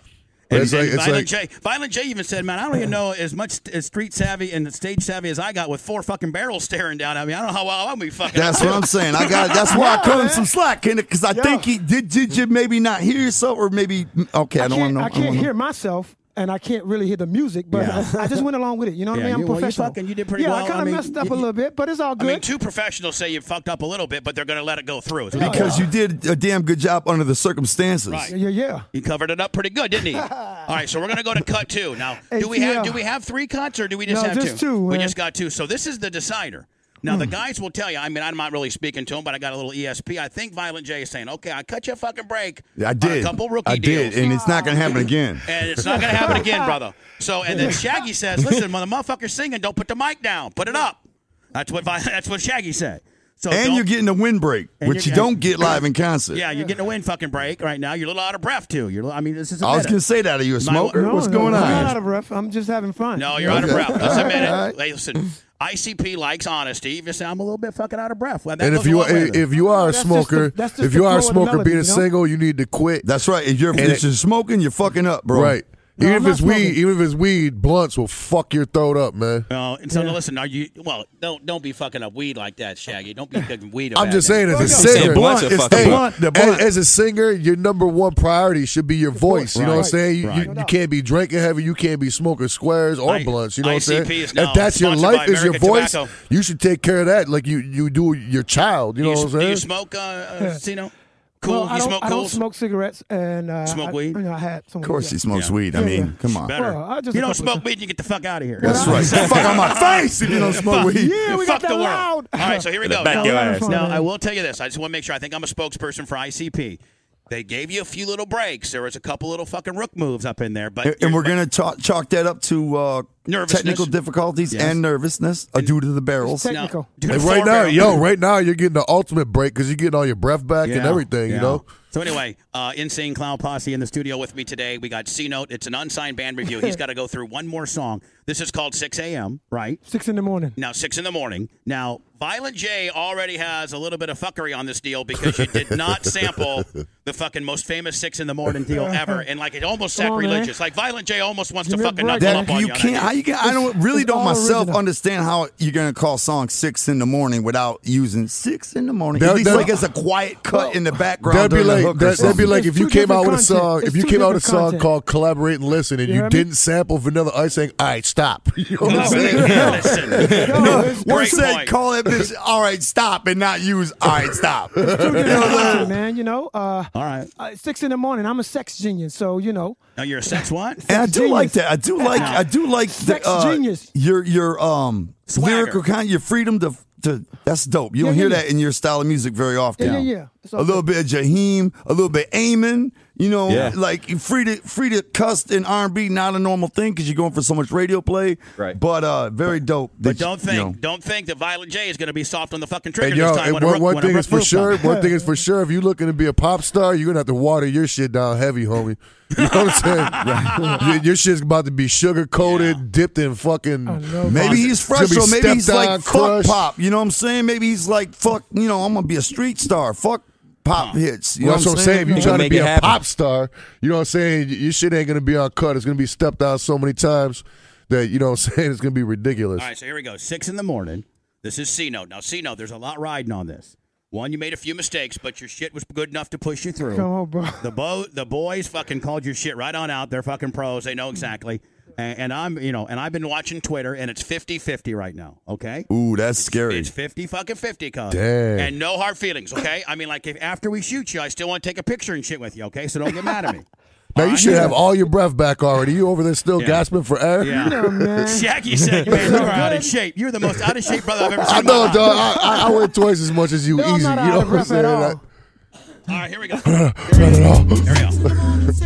S8: But
S5: And,
S8: it's
S5: and
S8: like- it's
S5: Violent
S8: like-
S5: J, Violent J even said, "Man, I don't even know as much st- as street savvy and stage savvy as I got with four fucking barrels staring down at me. I don't know how well I'm gonna be fucking."
S6: That's what I'm saying. I got. That's why I cut him some slack, because I think he did. Did you maybe not hear yourself, or maybe okay? I,
S7: I
S6: don't want
S7: can't,
S6: to know.
S7: I can't hear myself. And I can't really hear the music, but I just went along with it. You know what
S5: Yeah,
S7: I mean? I'm
S5: you- well, you
S7: professional.
S5: fucking- you did pretty
S7: yeah,
S5: well.
S7: I
S5: I
S7: kind of
S5: mean,
S7: messed up
S5: you-
S7: a little bit, but it's all
S5: I
S7: good.
S5: mean, two professionals say you fucked up a little bit, but they're gonna let it go through. It's like,
S6: Because you did a damn good job under the circumstances.
S5: Right.
S7: yeah, yeah.
S5: He covered it up pretty good, didn't he? All right, so we're gonna go to cut two now. Do we have do we have three cuts or do we just
S7: No,
S5: have
S7: just
S5: two?
S7: two,
S5: we
S7: man.
S5: just got two. So this is the decider. Now the guys will tell you. I mean, I'm not really speaking to them, but I got a little ESP. I think Violent J is saying, "Okay, I cut you a fucking break."
S6: I
S5: on
S6: did.
S5: a couple rookie
S6: I did,
S5: deals.
S6: and it's not going to happen again.
S5: And it's not going to happen again, brother. So, and then Shaggy says, "Listen, when the motherfucker's singing, don't put the mic down. Put it up." That's what Vi- that's what Shaggy said. So,
S6: And
S5: don't-
S6: you're getting a windbreak, which you
S5: you're-
S6: don't get live in concert.
S5: yeah, you're getting a wind fucking break right now. You're a little out of breath too. You're, a little- I mean, this is.
S6: I was going to say that. Are you a smoker? What's going
S7: I'm
S6: on?
S7: not out of breath. I'm just having fun.
S5: No, you're out of breath. That's a
S8: All
S5: minute.
S8: right.
S5: Hey, listen, ICP likes honesty. You just say I'm a little bit fucking out of breath. Well, that
S8: And
S5: goes
S8: if you
S5: a
S8: are,
S5: long way with it.
S8: if you are a
S7: That's just
S8: smoker,
S7: the- that's just
S8: if
S7: the
S8: you are a
S7: flow of the
S8: smoker, being
S7: melody,
S8: a
S7: you know?
S8: single, you need to quit.
S6: That's right. If you're,
S8: And
S6: if
S8: it-
S6: you're smoking, you're fucking up, bro.
S8: right.
S7: No,
S8: even
S7: I'm
S8: if it's
S7: not
S8: weed,
S7: smoking.
S8: even if it's weed, blunts will fuck your throat up, man.
S5: No, and so now listen. Are you well? Don't don't be fucking up weed like that, Shaggy. Don't be fucking weed. a
S8: I'm
S5: bad
S8: just
S5: name.
S8: saying, as
S7: Well,
S8: a
S7: no.
S9: It's
S8: singer,
S9: the blunt,
S8: as-
S9: it's the
S8: hey,
S6: blunt, the blunt.
S8: As, as a singer, your number one priority should be your voice. You know what I'm
S7: Right,
S8: saying? You,
S5: right.
S8: you, you can't be drinking heavy. You can't be smoking squares or
S5: I-
S8: blunts. You know what I'm
S5: ICP
S8: saying?
S5: is now
S8: If that's your
S5: sponsored by
S8: life, is your
S5: American
S8: voice,
S5: Tobacco.
S8: you should take care of that. Like you, you do your child. You
S5: Do
S8: know
S5: you,
S8: what I'm
S5: do you
S8: saying?
S5: smoke, uh, uh, Sino? Cool.
S7: eh? Well, I
S5: you
S7: don't,
S5: smoke
S7: I
S5: cool.
S7: don't smoke cigarettes and uh,
S5: Smoke
S7: I,
S5: weed?
S7: You know, I had some.
S6: Of course, he smokes weed. I
S7: Yeah,
S6: mean,
S7: yeah.
S6: come on.
S5: Better.
S7: Well, I just
S5: you
S7: a
S5: don't
S7: couple of-
S5: smoke weed, you get the fuck out of here.
S6: That's right. Get the fuck out my face if you don't smoke weed.
S7: Yeah, we
S5: Fuck
S7: got that
S5: the world.
S7: loud.
S5: All right, so here we go.
S9: back
S5: Now-
S9: your ass.
S5: Now, I will tell you this. I just want to make sure. I think I'm a spokesperson for ICP. They gave you a few little breaks. There was a couple little fucking rook moves up in there, but
S6: And, and we're going to chalk, chalk that up to uh,
S5: Nervousness.
S6: technical difficulties and nervousness uh, due to the barrels.
S7: Technical. go.
S5: Dude,
S8: And
S5: four
S8: right now,
S5: barrel-
S8: yo, right now you're getting the ultimate break because you're getting all your breath back and
S5: Yeah,
S8: everything.
S5: yeah.
S8: You know.
S5: So anyway, uh, Insane Clown Posse in the studio with me today. We got C Note. It's an unsigned band review. He's got to go through one more song. This is called 6 a.m. Right
S7: Six in the morning.
S5: now, 6 in the morning. Now, Violent J already has a little bit of fuckery on this deal because you did not sample the fucking most famous 6 in the morning deal ever, and like it almost
S7: Come on, man.
S5: sacrilegious. like Violent J almost wants
S7: Give
S5: to
S7: me a
S5: fucking
S7: break,
S5: knuckle
S7: man.
S5: up on
S6: That, you
S5: you. on
S6: can't.
S5: that
S6: I,
S5: deal.
S6: you can, I don't really
S7: it's
S6: don't
S7: all
S6: myself
S7: original.
S6: understand how you're gonna call song six in the morning without using six in the morning.
S8: That-
S6: At least
S8: that-
S6: like it's a quiet cut in the background.
S8: That'd be
S6: during the
S8: like
S6: hook or
S8: that, that'd be
S6: something.
S8: like
S7: It's
S8: if you
S7: two
S8: came out
S7: different
S8: with a song.
S7: content.
S8: If you
S7: It's two
S8: came out with a
S7: different
S8: song
S7: content.
S8: called "Collaborate and Listen," and
S7: You
S8: you,
S7: hear me?
S8: didn't sample Vanilla Ice saying, "All right, stop." You know what I'm saying?
S5: Listen, listen.
S7: No,
S5: it's-
S6: Or
S5: Great
S6: said
S5: point.
S6: call that bitch. All right, stop, and not use. All right, stop.
S7: Two different content, man. You know. Uh,
S5: All right.
S7: uh, six in the morning. I'm a sex genius, so you know.
S5: Now you're a sex what?
S6: And I do
S7: genius.
S6: like that. I do like. I do like
S7: Sex
S6: the, uh,
S7: genius.
S6: Your your um
S5: Swagger.
S6: lyrical kind. Your freedom to to. That's dope. You don't
S7: Yeah,
S6: hear
S7: yeah,
S6: that in your style of music very often.
S7: Yeah, yeah, yeah. It's all
S6: A little bit of Jaheim, a little bit Eamon. You know,
S9: Yeah.
S6: like free to free to cuss in R and B. Not a normal thing because you're going for so much radio play.
S9: Right.
S6: But uh, very dope.
S5: But
S6: that you-
S5: don't
S6: you
S5: think,
S6: know.
S5: don't think that Violent J is going to be soft on the fucking trigger
S8: And yo,
S5: this time.
S8: and
S5: when a
S8: one,
S5: rook-
S8: one
S5: when a
S8: thing
S5: rook
S8: is for
S5: moves
S8: sure.
S5: comes.
S8: One thing is for sure. If you're looking to be a pop star, you're gonna have to water your shit down heavy, homie. You know what I'm saying? your, your shit's about to be sugar coated, dipped in fucking.
S7: know.
S6: Maybe he's fresh,
S8: It's
S6: or
S8: gonna be
S6: maybe he's
S8: stepped
S6: like
S8: on,
S6: fuck
S8: crushed.
S6: pop. You know what I'm saying? Maybe he's like fuck. You know, I'm gonna be a street star. Fuck pop hits. You
S8: You know
S6: know
S8: what I'm saying? If you're
S9: They
S8: trying
S9: gonna
S8: to
S9: make
S8: be
S9: it
S8: a
S9: happen.
S8: pop star, you know what I'm saying? y- Your shit ain't gonna be uncut. It's gonna be stepped on so many times that you know what I'm saying. It's gonna be ridiculous.
S5: All right, so here we go. Six in the morning. This is C note. Now, C note, there's a lot riding on this. One, you made a few mistakes, but your shit was good enough to push you through.
S7: Come on, Oh, bro.
S5: The bo- the boys fucking called your shit right on out. They're fucking pros. They know exactly. And, and I'm, you know, and I've been watching Twitter, and it's 50-50 right now. Okay.
S6: Ooh, that's scary.
S5: It's 50 fucking 50, cuz.
S8: Dang.
S5: And no hard feelings, okay? I mean, like, if after we shoot you, I still want to take a picture and shit with you, okay? So don't get mad at me.
S8: Now you should have all your breath back already. You over there still
S5: Yeah.
S8: gasping for air?
S5: Yeah. Shaggy said, man, you are out of shape. You're the most out of shape brother I've ever seen.
S8: I
S5: in my
S8: know,
S5: life."
S8: dog. I, Uh, I- I went twice as much as you.
S7: No, I'm
S8: easy.
S7: not
S8: you
S7: out
S8: know
S7: of
S8: what I'm
S7: breath at
S8: saying?
S7: all.
S8: Like,
S5: All right, here we go. Here
S8: not at all.
S5: we go.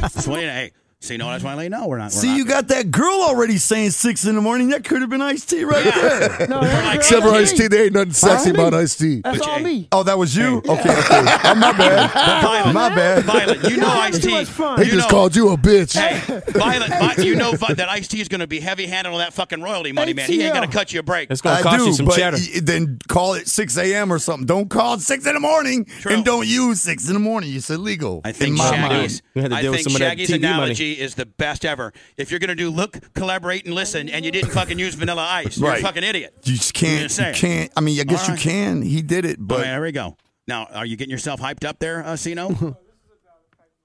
S5: That's when- hey, see, no, that's why I let you know we're not. we're
S6: See,
S5: not-
S6: you got that girl already saying six in the morning. That could have been iced tea right there.
S7: No, that's,
S5: like
S7: that's
S8: Except for
S7: all
S8: Ice
S7: me.
S8: T, there ain't nothing sexy about Ice T.
S7: That's all
S5: Jay.
S7: me.
S6: Oh, that was you? Okay, okay. Oh, my bad.
S5: Violet,
S6: My bad.
S5: Violet, you know
S7: Yeah,
S5: Ice
S7: too
S5: T.
S7: much fun.
S8: He
S5: you
S8: just
S5: know,
S8: called you a bitch.
S5: Hey, Violet, Vi- you know Vi- that Ice T is going to be heavy handed on that fucking royalty money, man. He ain't
S7: ATL.
S5: going to cut you a break.
S9: It's gonna
S6: I
S9: cost
S6: do,
S9: you some
S6: but
S9: cheddar.
S6: y- then call it 6 a.m. or something. Don't call it 6 in the morning and don't use 6 in the morning. It's illegal.
S5: I think
S6: in my mind.
S5: Shaggy's,
S9: We had to
S5: I
S9: deal with
S5: think
S9: some of that
S5: Shaggy's
S9: TV money.
S5: analogy is the best ever. If you're going to do look, collaborate, and listen, and you didn't fucking use vanilla ice, you're a
S6: Right.
S5: fucking idiot.
S6: You just
S5: I'm
S6: can't.
S5: just
S6: You
S5: saying.
S6: can't. I mean, I guess
S5: All right.
S6: you can. He did it,
S5: All
S6: but
S5: right, there we go. Now, are you getting yourself hyped up there, uh, Cino?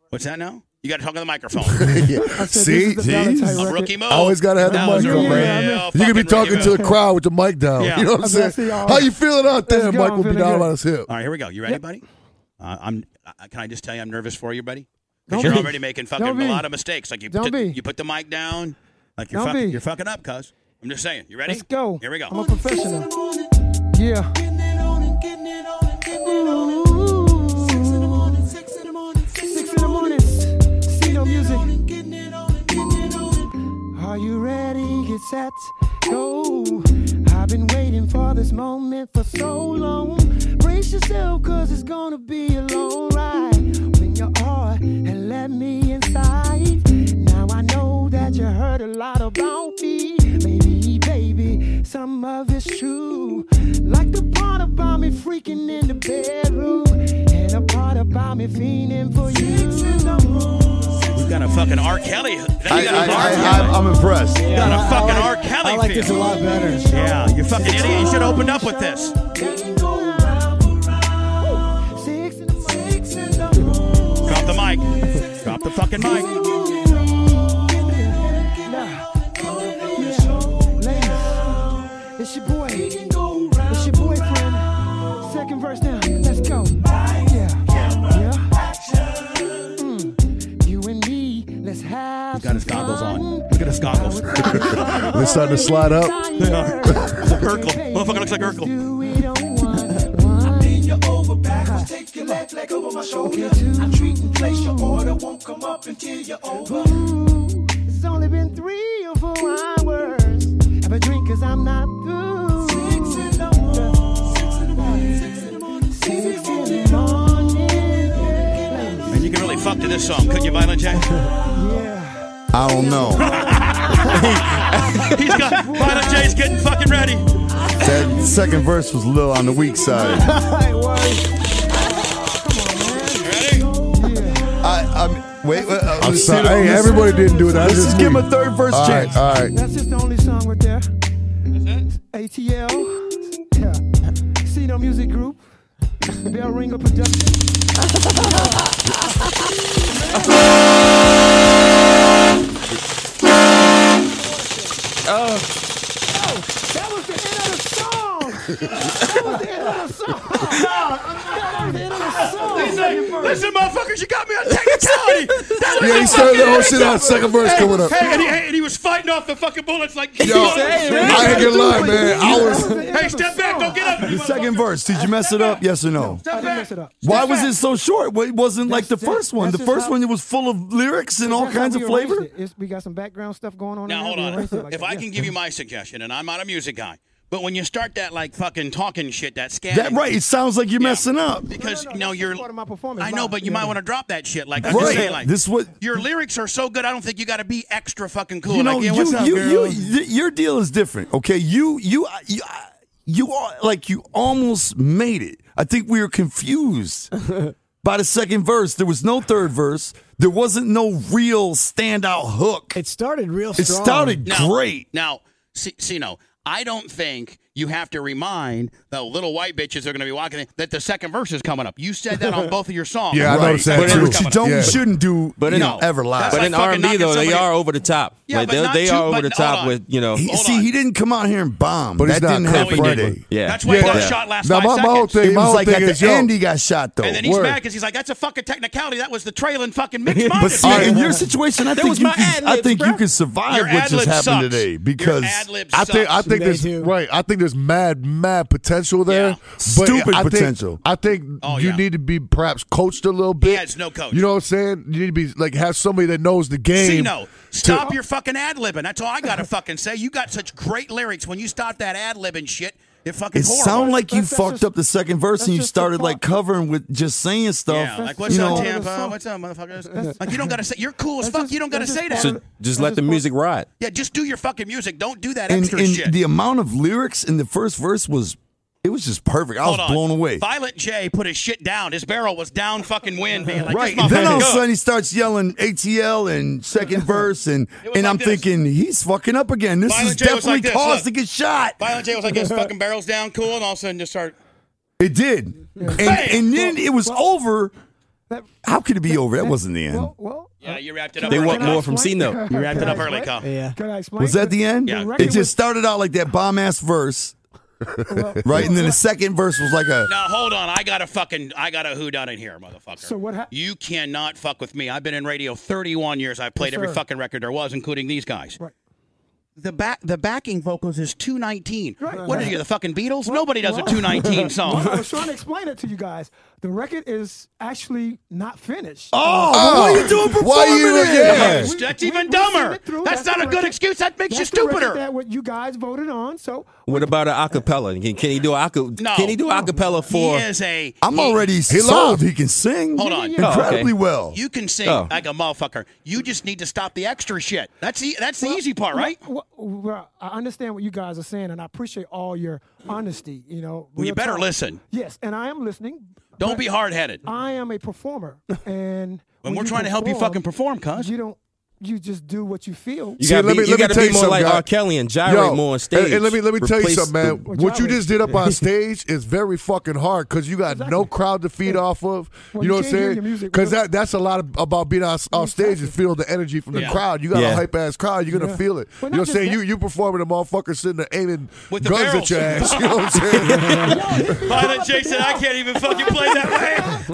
S5: What's that now? You got to talk on the microphone.
S7: I said,
S8: See?
S7: this is the Valentine
S8: Jeez.
S7: record.
S5: I'm rookie mode.
S8: Always gotta have the
S5: That was a
S7: microphone, man.
S5: real
S7: Yeah,
S8: You could be
S5: fucking
S8: talking
S5: rookie
S8: to
S5: move.
S8: the crowd with the mic down.
S5: Yeah.
S8: You know what
S7: Okay, I
S8: I'm
S7: see
S8: saying?
S7: y'all.
S8: How you feeling out there?
S7: Let's go,
S8: Mike
S7: I'm
S8: will be
S7: feeling
S8: down
S7: good.
S8: on his hip.
S5: All right, here we go. You ready, buddy? Uh, I'm. Uh, can I just tell you, I'm nervous for you, buddy?
S7: Don't
S5: Because you're
S7: be.
S5: already making fucking
S7: Don't be.
S5: a lot of mistakes. Like you,
S7: Don't
S5: took-
S7: be.
S5: you put the mic down. Like you're
S7: Don't
S5: fucking,
S7: be.
S5: you're fucking up, cuz. I'm just saying. You ready?
S7: Let's go.
S5: Here we go.
S7: I'm a professional. Yeah. Six in the morning. See no music. Are you ready? Get set. Go. I've been waiting for this moment for so long. Brace yourself, cause it's gonna be a long ride. Open your heart and let me inside. Now I know that you heard a lot about me. Maybe, baby, some of it's true. Like the part about me freaking in the bedroom. And a part about me fiending for you.
S5: You got a fucking R. Kelly. Then you
S6: I,
S5: got a R.
S6: I, I, I'm impressed.
S5: you got a fucking R. Kelly.
S1: I like
S5: feel.
S1: this a lot better.
S5: Yeah, you fucking idiot. You should have opened up with this.
S7: Six in the morning. Six in the morning.
S5: Drop the mic. Drop the fucking mic.
S7: Ladies, It's your boy. It's your boyfriend. Second verse now. Let's go. Yeah. Yeah. Mm. You and me, let's have.
S5: He's got his goggles on. Look at his goggles.
S8: They're starting to slide up.
S5: Urkel. Motherfucker looks like Urkel.
S7: Urkel. Ooh, It's only been three or four hours. Have a drink, cause I'm not through. Six in the morning. Six in the morning. Six in the morning.
S5: And you can really fuck to this song, couldn't you, Violent J?
S7: Yeah.
S6: I don't know.
S5: He's got Violent J's getting fucking ready.
S6: That second verse was a little on the weak side.
S7: I worry.
S5: Ready?
S6: I, I'm, wait, wait. uh,
S8: I'm
S6: let's
S8: sorry.
S6: see the-
S8: Hey,
S6: let's-
S8: everybody didn't do that.
S6: Let's
S8: That's
S6: just
S8: just
S6: give him
S8: me.
S6: a third verse
S8: All
S6: chance.
S8: right, all right.
S7: That's just the only song right there. ATL. Yeah. Cino Music Group. Bell Ringer Production.
S5: Oh.
S7: That was the end of the song. that was the end of the song. that was the end of the song.
S5: Listen, motherfuckers, you got me on technicality. That was
S8: Yeah, he
S5: the
S8: started the
S5: fucking
S8: whole shit out. Second verse coming up.
S5: Hey, and he, hey, and he was fighting off the fucking bullets like.
S8: Yo, I ain't gonna lie, man. I was.
S5: hey, step back, go get up. you
S6: The second verse. Did you mess it up? Yes or no?
S7: I didn't mess it up.
S6: Why was it so short? Well, It wasn't like the
S7: That's-
S6: first one. The
S7: that's just
S6: first
S7: how-
S6: one it was full of lyrics and all
S7: That's how
S6: kinds of
S7: we arranged
S6: flavor.
S7: it. It's- we got some background stuff going on. in
S5: Now
S7: there.
S5: hold
S7: We
S5: on.
S7: arranged it like
S5: if
S7: that,
S5: I
S7: yeah.
S5: can give you my suggestion, and I'm not a music guy, but when you start that like fucking talking shit, that scat.
S6: That right? It sounds like you're messing up.
S5: Because
S7: No,
S5: no,
S7: no, no, it's
S5: you're.
S7: part of my performance
S5: I know,
S7: live,
S5: but you
S7: you
S5: might
S7: know.
S5: want to drop that shit. Like I'm just
S6: Right.
S5: saying, like
S6: This what
S5: your lyrics are so good. I don't think you got to be extra fucking cool.
S6: you know.
S5: like, yeah,
S6: you,
S5: what's up,
S6: you,
S5: girl?
S6: you, th- your deal is different. Okay, you, you, you, you are like you almost made it. I think we were confused by the second verse. There was no third verse. There wasn't no real standout hook.
S1: It started real
S6: It
S1: strong.
S6: started
S5: Now-
S6: great.
S5: Now, see, see, no, I don't think
S1: you have to remind the little white bitches that are going to be walking in that the second verse is coming up. You said that on both of your songs.
S8: Yeah, I
S1: Right.
S8: noticed that
S1: But
S6: But
S1: it's
S6: what
S8: too.
S6: you
S1: coming up.
S6: don't,
S8: Yeah.
S6: shouldn't do,
S9: But
S6: but
S9: in-
S6: you know, ever lie.
S1: That's
S9: But
S1: like
S9: in
S1: fucking
S9: R and B
S1: knocking
S9: though, they
S1: somebody-
S9: are over the top.
S1: Yeah,
S9: Like,
S1: but
S9: they
S1: not
S9: they
S1: too-
S9: are over
S1: but
S9: the
S1: hold
S9: top
S1: on.
S9: with you know.
S6: He-
S1: Hold
S6: see,
S1: on.
S6: he didn't come out here and bomb.
S8: But he's
S6: that
S8: not
S6: didn't
S8: Chloe
S6: happen
S1: Franklin.
S6: today.
S9: Yeah.
S1: That's why he got
S8: Yeah.
S1: shot last
S8: Now,
S1: five
S8: my- my whole
S1: seconds.
S8: thing-
S6: It
S8: my
S6: was
S8: whole
S6: like
S8: thing
S6: at
S8: is,
S6: the
S8: yo-
S6: end he got shot though.
S1: and then he's
S8: Word.
S1: mad because he's like, "That's a fucking technicality. That was the trailing fucking mixed
S6: But see,
S1: All right.
S6: in your situation, I think
S9: was
S6: you
S9: my
S6: can, I
S9: ad-libs,
S6: think you
S9: bruh.
S6: can survive
S1: Your
S6: what
S1: ad-lib
S6: just happened
S1: sucks. Your
S6: today because
S1: ad-lib
S8: I think I
S1: sucks.
S8: think
S7: They
S8: there's
S7: do.
S8: right. I think there's mad mad potential there.
S1: Yeah.
S8: But
S6: Stupid
S8: I think-
S6: potential.
S8: I think
S1: Oh,
S8: you
S1: yeah.
S8: need to be perhaps coached a little bit.
S1: has no coach.
S8: You know what I'm saying? You need to be like have somebody that knows the game.
S1: Cino, stop your fucking ad libbing. That's all I gotta fucking say. You got such great lyrics. When you stop that ad libbing shit, it fucking
S6: it
S1: horrible.
S6: sounded like you
S7: That's- that's
S6: fucked
S7: just-
S6: up the second verse and
S7: that's
S6: you
S7: just
S6: started
S7: the
S6: like
S7: fuck.
S6: covering with just saying stuff.
S1: yeah, like what's
S6: you
S1: up,
S6: know,
S1: Tampa? What's up, motherfuckers? Like you don't gotta say. You're cool as
S7: That's
S1: fuck.
S7: just-
S1: You don't gotta
S7: that's
S1: say that.
S7: just
S9: So just let the music ride.
S1: yeah, just do your fucking music. Don't do that
S6: and,
S1: extra
S6: and
S1: shit.
S6: the amount of lyrics in the first verse was it was just perfect. I was
S1: Hold on.
S6: blown away.
S1: Violent J put his shit down. His barrel was down fucking wind, man. Like,
S6: Right.
S1: This
S6: And then all of a
S1: motherfucker-
S6: sudden he starts yelling ATL and second verse and
S1: was
S6: and
S1: like
S6: I'm
S1: this.
S6: thinking he's fucking up again. This
S1: Violent
S6: is
S1: J was
S6: definitely
S1: like this,
S6: cause
S1: look.
S6: to get shot.
S1: Violent J was like, "His fucking barrel's down, cool," and all of a sudden just start.
S6: It did. And and then it was over.
S7: That-
S6: How could it be over? That wasn't the end.
S7: Well, well,
S1: Yeah, you wrapped it up.
S9: They
S1: early,
S9: want
S1: Kyle.
S9: more from Cino.
S1: You wrapped it up early, Kyle.
S2: Yeah.
S7: can I explain?
S6: Was that the end?
S1: Yeah.
S6: It just started out like that bomb ass verse, right? And then the second verse was like a.
S1: Now hold on, I got to fucking, I got a who done in here, motherfucker.
S7: So what hap-
S1: You cannot fuck with me. I've been in radio 31 years. I've played every
S7: sir.
S1: fucking record there was, including these guys.
S7: Right.
S1: The back, the backing vocals is 219.
S7: Right.
S1: What are you, the fucking Beatles? Nobody does a
S7: well-
S1: 219 song.
S7: Well, I was trying to explain it to you guys. The record is actually not finished.
S6: Oh, but what are you doing performing?
S8: Why you-
S6: it?
S8: yeah.
S7: We-
S1: That's
S7: we-
S1: even
S7: we seen
S1: dumber.
S7: it through.
S1: That's,
S7: That's
S1: not a
S7: the
S1: good
S7: record.
S1: excuse. That makes you
S7: That's the record
S1: stupider.
S7: That what you guys voted on. So
S9: What about an acapella? Can, can he do a aca-
S1: No.
S9: Can he do acapella for?
S1: he is a.
S6: I'm
S1: he-
S6: already sold. He can sing.
S1: Hold on.
S9: Oh, okay.
S6: incredibly well.
S1: You can sing
S9: Oh.
S1: like a motherfucker. You just need to stop the extra shit. That's the that's the easy part, right?
S7: Well, well, I understand what you guys are saying, and I appreciate all your honesty. You know,
S1: Well, you
S7: real
S1: better
S7: talk.
S1: listen.
S7: Yes, and I am listening.
S1: Don't
S7: but
S1: be hard headed.
S7: I am a performer, and when,
S1: we're
S7: you
S1: trying to help you fucking perform, cuz.
S7: you don't. You just do what you feel.
S9: You
S8: See,
S9: gotta
S8: let
S9: be,
S8: me-
S9: you
S8: let me
S9: gotta
S8: tell
S9: be
S8: you
S9: more
S8: something,
S9: like
S8: guy.
S9: R. Kelly and gyrate
S8: Yo,
S9: more on stage.
S8: And, and let me let me tell you
S9: Replace
S8: something, man.
S9: the-
S7: Well,
S8: what you
S7: Charlie-
S8: just did up on stage is very fucking hard because you got no crowd to feed off of.
S7: Well,
S8: you
S7: you
S8: know what I'm
S7: can't hear your
S8: saying?
S7: music.
S8: Because that that's a lot of, about being off, off stage is feeling the energy from the
S1: Yeah.
S8: crowd. You got
S9: Yeah.
S8: a hype ass crowd. You're gonna
S7: Yeah.
S8: feel it.
S7: Well,
S8: you know
S7: not
S8: what I'm saying?
S7: just
S8: You you performing a motherfucker sitting there aiming
S1: With the
S8: guns at your
S1: barrels.
S8: ass. You know what I'm saying?
S1: Pilot Jason, I can't even fucking play that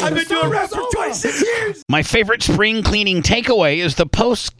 S1: way. I've been doing rap for 26 years. My favorite spring cleaning takeaway is the post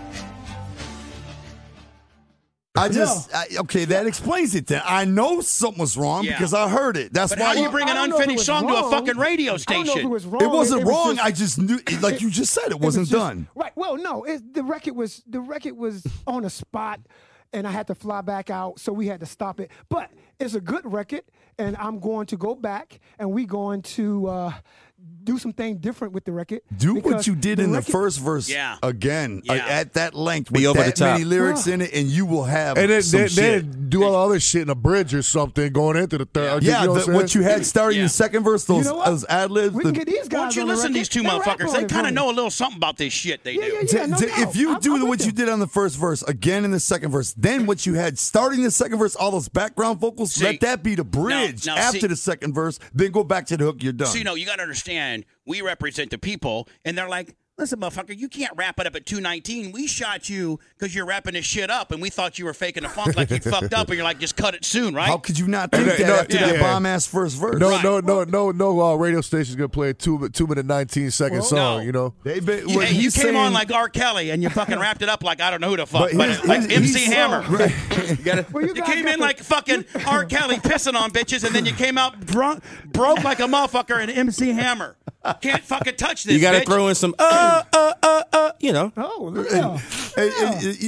S6: I just I, okay. That explains it. Then I know something was wrong
S5: Yeah.
S6: because I heard it. That's
S5: But
S6: why
S5: how do you bring an
S6: I don't know if it
S5: unfinished
S6: was
S5: song to a
S6: wrong.
S5: fucking radio station?
S6: It wasn't
S7: It was
S6: wrong.
S7: just-
S6: I just knew, like you just said, it
S7: was
S6: wasn't
S7: just-
S6: done.
S7: Right. Well, no, it, the record was the record was on a spot, and I had to fly back out, so we had to stop it. But it's a good record, and I'm going to go back, and we going to uh, do something different with the record.
S6: Do what
S7: because
S6: you did in the
S7: record-
S6: first verse again uh, at that length
S8: Be
S6: with
S8: over the
S6: that
S8: top.
S6: many lyrics in it, and you will have
S8: And then
S6: some
S8: they,
S6: shit.
S8: do all the other shit in a bridge or something going into the third.
S6: yeah,
S8: you know
S6: the-
S8: what, I'm
S6: what you
S8: saying?
S6: had starting in the second verse, those, those ad libs.
S7: We can get these guys.
S5: Why don't you
S7: on the
S5: listen to these two
S7: record? They rap
S5: motherfuckers?
S7: on
S5: They
S7: it,
S5: kind
S7: homie.
S5: of know a little something about this shit they do.
S6: if you do the what you did on the first verse again in the second verse, then what you had starting the second verse, all those background vocals,
S5: See,
S6: let that be the bridge
S5: now
S6: after
S5: see-
S6: the second verse, then go back to the hook. You're done.
S5: So you know, you gotta understand, we represent the people, and they're like, listen, motherfucker, you can't wrap it up at 219. We shot you because you're wrapping this shit up, and we thought you were faking the funk like you fucked up, and you're like, just cut it soon, right?
S6: How could you not think
S8: And
S6: that
S8: no,
S6: after that
S8: yeah.
S6: bomb ass first verse?
S8: No, no, no, no, no. Uh, radio station's gonna play a two two minute nineteen second
S6: Well,
S8: song.
S6: no.
S8: You know,
S6: they been,
S5: You, you came on like R. Kelly, and you fucking wrapped it up like I don't know who the fuck,
S6: But
S5: but,
S6: he's-
S5: like
S6: he's-
S5: MC
S6: he's-
S5: Hammer.
S6: Right.
S5: you, came in like fucking R. Kelly pissing on bitches, and then you came out drunk, broke like a motherfucker, and MC Hammer. Can't fucking touch this.
S9: You got to
S5: bitch.
S9: throw in some uh uh uh uh. You know,
S7: Oh, yeah.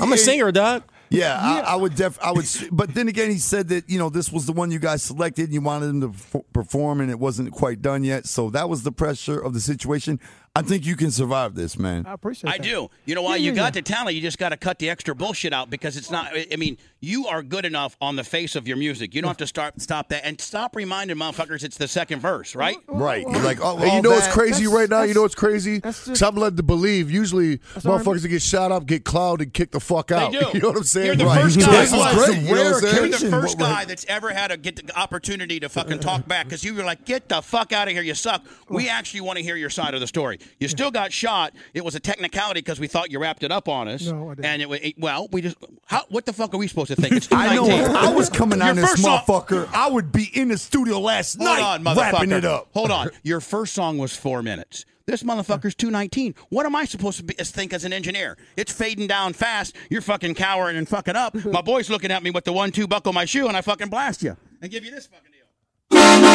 S9: I'm a singer, dog.
S6: Yeah, I, I would def, I would, s- but then again, he said that you know this was the one you guys selected. and You wanted him to perf- perform, and it wasn't quite done yet. So that was the pressure of the situation. I think you can survive this, man.
S7: I appreciate.
S5: I do. You know why? you got the talent. You just got to cut the extra bullshit out because it's not. I I mean, you are good enough on the face of your music. You don't have to start stop that and stop reminding motherfuckers it's the second verse, right?
S6: Right. You're like, oh,
S8: and you
S6: all
S8: know what's
S6: that-
S8: crazy right now? You know what's crazy?
S7: that's
S8: Because I'm led to believe usually motherfuckers that get shot up get clowned and kicked the fuck out.
S5: do.
S8: Oh. You know what I'm saying?
S5: You're the
S8: Right.
S5: first
S8: This
S5: guy.
S8: is
S5: That's why
S8: great, you know what I'm saying?
S5: You're the first guy that's ever had a get the opportunity to fucking talk back because you were like, "Get the fuck out of here, you suck." We actually want to hear your side of the story. You still got shot. It was a technicality because we thought you wrapped it up on us.
S7: No, I didn't.
S5: And it, wa- it well, we just how what the fuck are we supposed to think? It's
S6: I know.
S5: 219.
S6: If I was coming
S5: Your
S6: on this
S5: first song-
S6: motherfucker, I would be in the studio last
S5: Hold
S6: night
S5: on, motherfucker.
S6: wrapping it up.
S5: Hold on. Your first song was four minutes. This motherfucker's 219. What am I supposed to be, uh, think as an engineer? It's fading down fast. You're fucking cowering and fucking up. My boy's looking at me with the one, two buckle my shoe, and I fucking blast you and give you this fucking deal.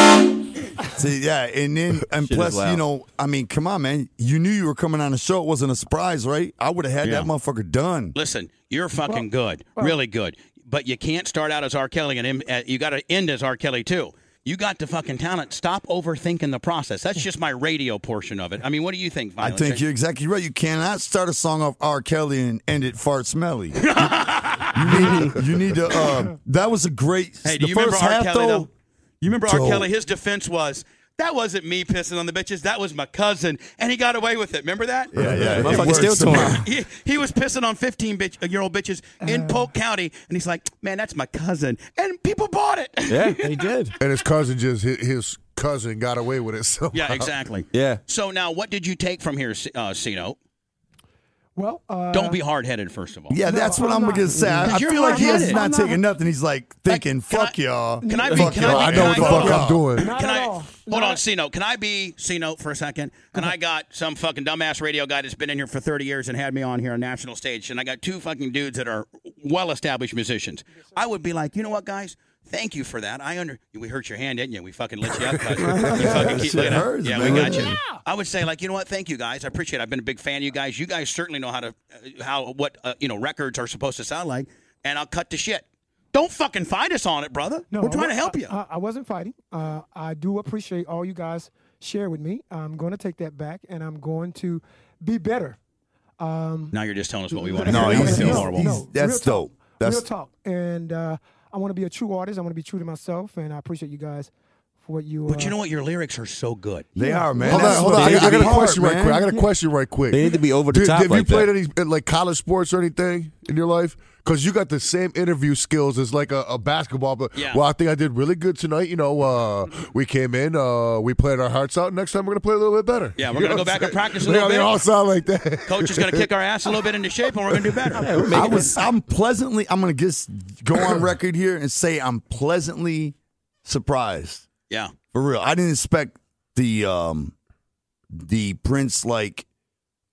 S6: See, yeah, and then and
S9: Shit is
S6: plus,
S9: loud.
S6: you know, I mean, come on, man. You knew you were coming on the show. It wasn't a surprise, right? I would have had that motherfucker done.
S5: Listen, you're fucking good, really good. But you can't start out as R. Kelly and em- uh, you got to end as R. Kelly too. You got the fucking talent. Stop overthinking the process. That's just my radio portion of it. I mean, what do you think?
S6: I
S5: Violent?
S6: think you're exactly right. You cannot start a song off R. Kelly and end it fart smelly. you need to. You need to uh, that was a great.
S5: Hey, do
S6: the
S5: you
S6: first
S5: remember R.
S6: half
S5: Kelly
S6: though.
S5: though? You remember R.
S6: Dope.
S5: Kelly? His defense was that wasn't me pissing on the bitches. That was my cousin, and he got away with it. Remember that?
S6: Yeah, yeah, it
S9: Motherfucker
S6: works.
S9: still torn.
S5: He, he was pissing on 15 bitch, uh, year old bitches in Polk County, and he's like, "Man, that's my cousin," and people bought it.
S9: Yeah, he did.
S8: And his cousin just his, his cousin got away with it. So
S5: yeah, exactly.
S9: Yeah.
S5: So now, what did you take from here, C- uh, Cino?
S7: Well, uh,
S5: Don't be hard headed, first of all.
S6: Yeah, that's what
S7: I'm
S6: I'm,
S7: not.
S6: gonna say. I, I
S5: You're
S6: feel like
S5: hard-headed.
S6: he's not
S7: I'm not-
S6: taking nothing. He's like thinking,
S5: can I-
S6: "Fuck y'all."
S5: Can I be?
S6: Fuck
S5: Can
S6: y'all.
S5: I
S8: I
S5: be?
S8: know what
S5: can
S8: the
S5: I
S8: fuck
S5: go-
S8: I'm doing.
S7: Not
S5: Can
S7: at
S5: I
S7: all.
S5: hold on,
S7: Not-
S5: C-Note? Can I be C-Note for a second? And I got some fucking dumbass radio guy that's been in here for 30 years and had me on here on national stage, and I got two fucking dudes that are well-established musicians. I would be like, you know what, guys? Thank you for that. I under we hurt your hand, didn't you? We fucking let you up. cut. You fucking keep
S6: Shit
S5: looking up.
S6: hurts,
S5: yeah,
S6: man.
S5: we got you. I would say like, you know what? Thank you guys. I appreciate. it. I've been a big fan of you guys. You guys certainly know how to uh, how what uh, you know records are supposed to sound like, and I'll cut the shit. Don't fucking fight us on it, brother. We're uh,
S7: I
S5: trying
S7: wa-
S5: to help you.
S7: I, I wasn't fighting. Uh, I do appreciate all you guys share with me. I'm going to take that back, and I'm going to be better.
S5: Now you're just telling us what we want to
S6: No,
S5: hear.
S6: he's-
S5: That was
S6: he's-
S5: horrible.
S6: he's- that's
S7: real talk.
S6: dope. That's-
S7: real talk. And uh, I want to be a true artist. I want to be true to myself, and I appreciate you guys for what you.
S5: but
S7: uh,
S5: you know what? Your lyrics are so good.
S6: They are man.
S8: Hold on,
S6: That's
S8: hold
S6: what
S8: on. I,
S6: they
S8: I
S6: gotta
S8: got a
S6: be
S8: question
S6: hard,
S8: right quick. I
S6: man.
S8: got a question right quick.
S9: They need to be over the
S8: Did-
S9: top
S8: Have you
S9: like that.
S8: played any uh, like college sports or anything in your life? because you got the same interview skills as like a, a basketball player.
S5: Yeah.
S8: Well, I think I did really good tonight. You know, uh, we came in, uh, we played our hearts out. Next time we're gonna play a little bit better.
S5: Yeah, we're
S8: You
S5: gonna
S8: know
S5: go back
S8: what I'm
S5: and practice a
S8: saying?
S5: little
S8: Yeah, They
S5: bit.
S8: all sound like that.
S5: Coach is going to kick our ass a little bit into shape, and we're going to do better.
S6: I was, I'm pleasantly. I'm going to just go on record here and say I'm pleasantly surprised.
S5: Yeah.
S6: for real. I didn't expect the um the Prince like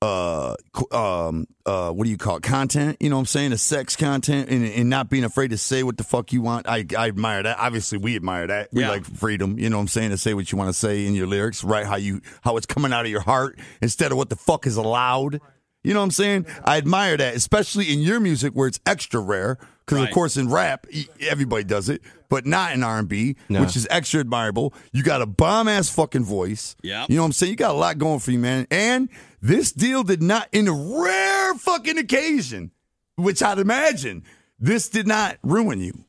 S6: uh co- um uh what do you call it content you know what i'm saying the sex content and, and not being afraid to say what the fuck you want i i admire that obviously we admire that we
S5: Yeah.
S6: like freedom you know what i'm saying to say what you want to say in your lyrics right how you how it's coming out of your heart instead of what the fuck is allowed you know what i'm saying i admire that especially in your music where it's extra rare because
S5: Right.
S6: of course in rap e- everybody does it but not in r&b
S5: No.
S6: which is extra admirable you got a bomb ass fucking voice
S5: Yep.
S6: you know what I'm saying? You got a lot going for you, man. And this deal did not, in a rare fucking occasion, which I'd imagine, this did not ruin you.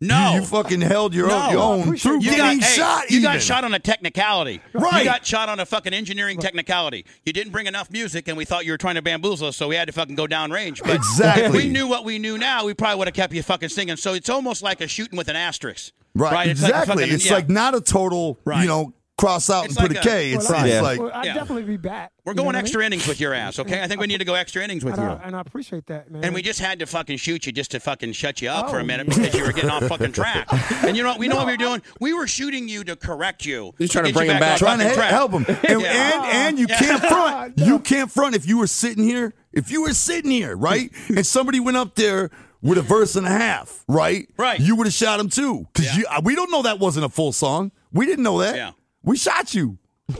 S5: No.
S6: You, you fucking held your own, your own through
S5: You
S6: getting
S5: got, hey,
S6: shot.
S5: you
S6: even.
S5: got shot on a technicality.
S6: Right.
S5: You got shot on a fucking engineering technicality. You didn't bring enough music, and we thought you were trying to bamboozle us, so we had to fucking go downrange. But
S6: Exactly.
S5: If we knew what we knew now, we probably would have kept you fucking singing. So it's almost like a shooting with an asterisk.
S6: Right,
S5: It's like a
S6: exactly.
S5: fucking-
S6: it's
S5: yeah.
S6: like not a total, you know, cross out
S5: It's
S6: and put
S5: like
S6: a K.
S5: a-
S6: It's,
S5: Well,
S6: it's
S5: I-
S6: like,
S7: Well, I'd
S5: Yeah.
S7: definitely be back.
S5: We're
S7: you know
S5: going
S7: what I mean?
S5: extra innings with your ass, okay? I think we need to go extra innings with
S7: and
S5: you.
S7: I, and I appreciate that, man.
S5: And we just had to fucking shoot you just to fucking shut you up
S6: Oh.
S5: for a minute because you were getting off fucking track. And you know what? We know what we were doing. We were shooting you to correct you.
S6: You're
S5: get you on
S6: trying to
S5: fucking
S6: he-
S5: track.
S6: help him. And,
S5: Yeah.
S6: and and you can't front. You can't front if you were sitting here. If you were sitting here, right, and somebody went up there with a verse and a half, right, right, you would have shot him too. Because you, uh, we don't know that wasn't a full song. We didn't know that. We shot you.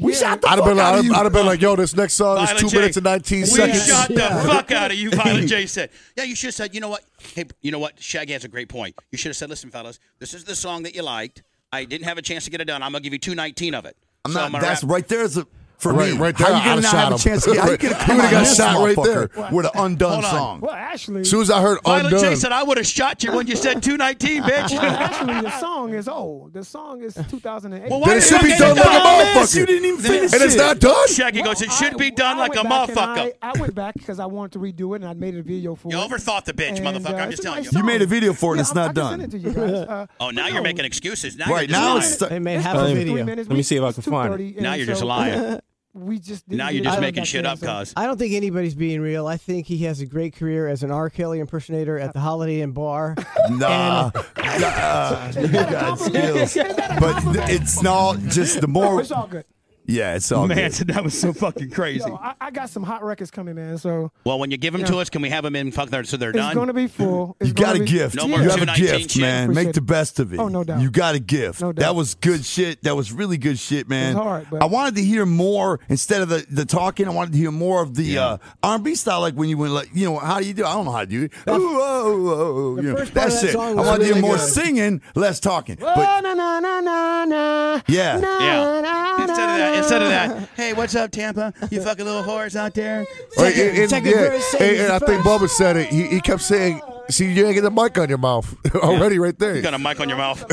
S6: We shot the
S8: I'd have
S6: fuck
S8: been,
S6: out
S8: like,
S6: of you.
S8: I'd have been like, yo, this next song is two minutes and 19
S5: we
S8: seconds.
S5: shot the fuck out of you, Violent J said. Yeah, you should have said, you know what? Hey, you know what? Shaggy has a great point. You should have said, listen, fellas, this is the song that you liked. I didn't have a chance to get it done. I'm going to give you 219 of it.
S6: I'm
S5: So
S6: not.
S5: gonna
S6: that's
S5: wrap-
S6: right there is a for
S8: Right-
S6: me.
S8: right
S6: How
S8: there,
S6: you gonna
S8: I'd
S6: not
S8: shot
S6: have a
S8: him.
S6: chance? to- How you
S8: Right.
S6: gonna
S8: He
S6: come
S8: would've
S6: out
S8: got
S6: this
S8: shot right
S6: motherfucker
S8: there.
S6: with an undone
S5: Hold on.
S6: song?
S7: Well, actually,
S8: As soon as I heard
S5: Violent J
S8: Undone-
S5: said, I would have shot you when you said 219,
S7: well,
S5: bitch.
S7: actually, the song is old. The song is 2008.
S5: Well,
S8: Then it should be done like a motherfucker. and it's not done.
S5: Shaggy goes, it should be done like a
S7: went back and
S5: motherfucker.
S7: I, I went back because I wanted to redo it, and I made a video for
S5: You
S7: it.
S5: overthought the bitch,
S7: And,
S5: motherfucker.
S7: uh,
S5: I'm just
S7: it's a
S5: telling
S7: nice
S5: you.
S6: You made a video for it. and
S7: Yeah,
S6: It's not
S7: I
S6: done.
S7: can send it to you guys. Uh,
S5: Oh, now you're making excuses. Now
S6: Right
S5: you're just
S6: now,
S5: lying.
S6: it's they
S2: made
S7: half a
S9: Let me-
S7: video.
S9: Let me see if I can find it.
S7: 2:30,
S5: Now
S7: and
S5: you're just
S7: so-
S5: lying.
S7: we just didn't
S5: Now
S7: get
S5: you're
S7: it
S5: just
S7: done
S5: making
S7: back
S5: shit
S7: then,
S5: up,
S7: so-
S5: cuz.
S2: I don't think anybody's being real. I think he has a great career as an R. Kelly impersonator at the Holiday Inn bar.
S6: Nah, nah you got skills, but th- it's not just the
S7: No,
S6: more.
S7: it's all good.
S6: Yeah, it's all
S5: Man,
S6: good.
S5: that was so fucking crazy.
S7: Yo, I, I got some hot records coming, man. So
S5: Well, when you give them
S7: Yeah.
S5: to us, can we have them in fuck there so they're
S7: it's
S5: done?
S7: gonna be full. It's
S6: You got a
S7: gonna be-
S6: gift.
S5: No
S6: you
S5: more
S6: have a
S5: 219
S6: gift,
S5: shit.
S6: man.
S7: Appreciate
S6: Make the
S7: it.
S6: best of it.
S7: Oh, no doubt.
S6: You got a gift.
S7: No doubt.
S6: That was good shit. That was really good shit, man.
S7: It was hard, but-
S6: I wanted to hear more instead of the, the talking. I wanted to hear more of the uh, R&B style, like when you went, like, you know, how do you do? I don't know how to do it. Ooh, oh, oh, oh, you know,
S2: first part of
S6: that
S2: that
S6: shit. I
S2: song was
S6: wanted to hear
S2: really
S6: more
S2: good.
S6: singing, less talking. But
S2: Oh, na, na, na, na, na.
S6: yeah,
S2: Na,
S5: Yeah.
S2: na,
S5: Instead of
S2: na,
S5: that,
S2: na.
S5: instead of that, hey, what's up, Tampa? You fucking little whores out there.
S8: Right,
S5: Second-
S8: and, and-
S5: second
S8: yeah,
S5: verse,
S8: and-
S5: second
S8: and I think
S5: verse.
S8: Bubba said it. He, he kept saying, "See, you ain't get the mic on your mouth already, right there."
S5: You got a mic on your mouth.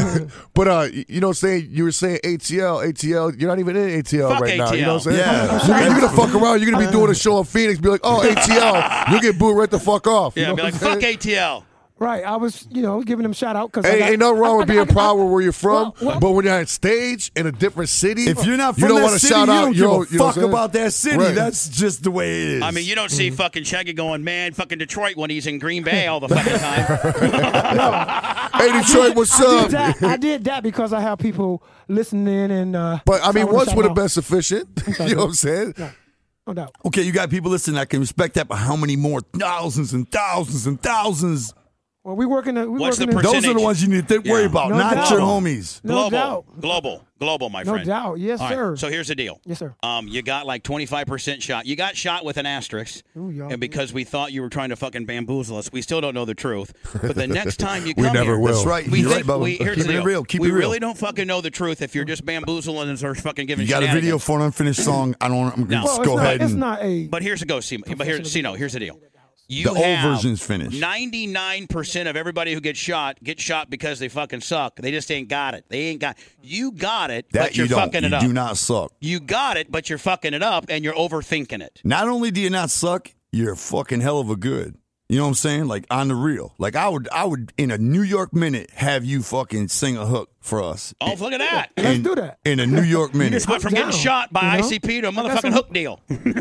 S8: But uh, y- you know, what I'm saying you were saying ATL, ATL. You're not even in ATL
S5: Fuck
S8: right now. You know what I'm saying?
S5: ATL. Yeah.
S8: You're, gonna- you're gonna fuck around. You're gonna be doing a show in Phoenix. Be like, oh ATL, you get booed right the fuck off. You
S5: Yeah,
S8: know
S5: be
S8: what
S5: like,
S8: I'm
S5: fuck
S8: saying?
S5: ATL.
S7: Right, I was, you know, giving them shout out because
S8: Ain't, ain't nothing wrong with being proud of where you're from,
S7: Well, well-
S8: but when you're on stage in a different city,
S6: if you're not from
S8: you don't
S6: that
S8: wanna
S6: city,
S8: shout
S6: you
S8: out
S6: don't
S8: your
S6: give
S8: own-
S6: a
S8: you know what
S6: fuck
S8: I'm saying?
S6: about that city.
S8: Right.
S6: That's just the way it is.
S5: I mean, you don't see
S7: Mm.
S5: fucking Shaggy going, man, fucking Detroit when he's in Green Bay all the fucking time.
S8: hey Detroit, what's
S7: I
S8: up?
S7: did, that, I did that because I have people listening and. Uh,
S8: But I mean,
S7: shouting
S8: once
S7: us
S8: would have
S7: out.
S8: been sufficient. You know what I'm saying?
S7: No doubt.
S6: Okay, you got people listening. I can respect that, but how many more thousands and thousands and thousands?
S7: Well, we working. We
S5: What's the
S7: working in-
S6: Those are the
S5: Percentage.
S6: ones you need to th- worry
S5: Yeah.
S6: about,
S7: No
S6: not
S7: doubt.
S6: your homies.
S5: global,
S7: No doubt.
S5: global, global, my
S7: No
S5: friend.
S7: doubt. Yes,
S5: All right,
S7: sir.
S5: So here's the deal.
S7: Yes, sir.
S5: Um, you got like 25% shot. You got shot with an asterisk,
S7: Ooh, y'all
S5: and because we thought you were trying to fucking bamboozle us, we still don't know the truth. But the next time you
S8: We
S5: come
S8: never
S5: here,
S8: will. That's
S6: right.
S5: We
S6: You're
S5: think,
S6: right, Bubba.
S5: we, here's
S6: Keep
S5: the
S6: it
S5: deal.
S6: real. Keep
S5: we
S6: it real.
S5: really don't fucking know the truth if you're just bamboozling us or fucking giving.
S6: You got a video
S5: shenanigans.
S6: for an unfinished song. I don't. I'm gonna
S5: No.
S6: just
S5: Well,
S6: go
S7: it's not-
S6: ahead
S7: it's
S6: and
S7: not a.
S5: But here's the go, see, but here, see, no, here's the deal. You
S6: the old
S5: have
S6: version's finished.
S5: 99% of everybody who gets shot get shot because they fucking suck. They just ain't got it. They ain't got you got it,
S6: that
S5: but you're
S6: you don't.
S5: fucking it
S6: you
S5: up.
S6: do not suck.
S5: You got it, but you're fucking it up and you're overthinking it.
S6: Not only do you not suck, you're fucking hell of a good. You know what I'm saying? Like on the real. Like I would, I would in a New York minute have you fucking sing a hook for us.
S1: Oh, look at that.
S6: Let's do that in a New York
S1: You
S6: minute.
S1: just went from getting shot by ICP to a motherfucking hook deal.
S6: you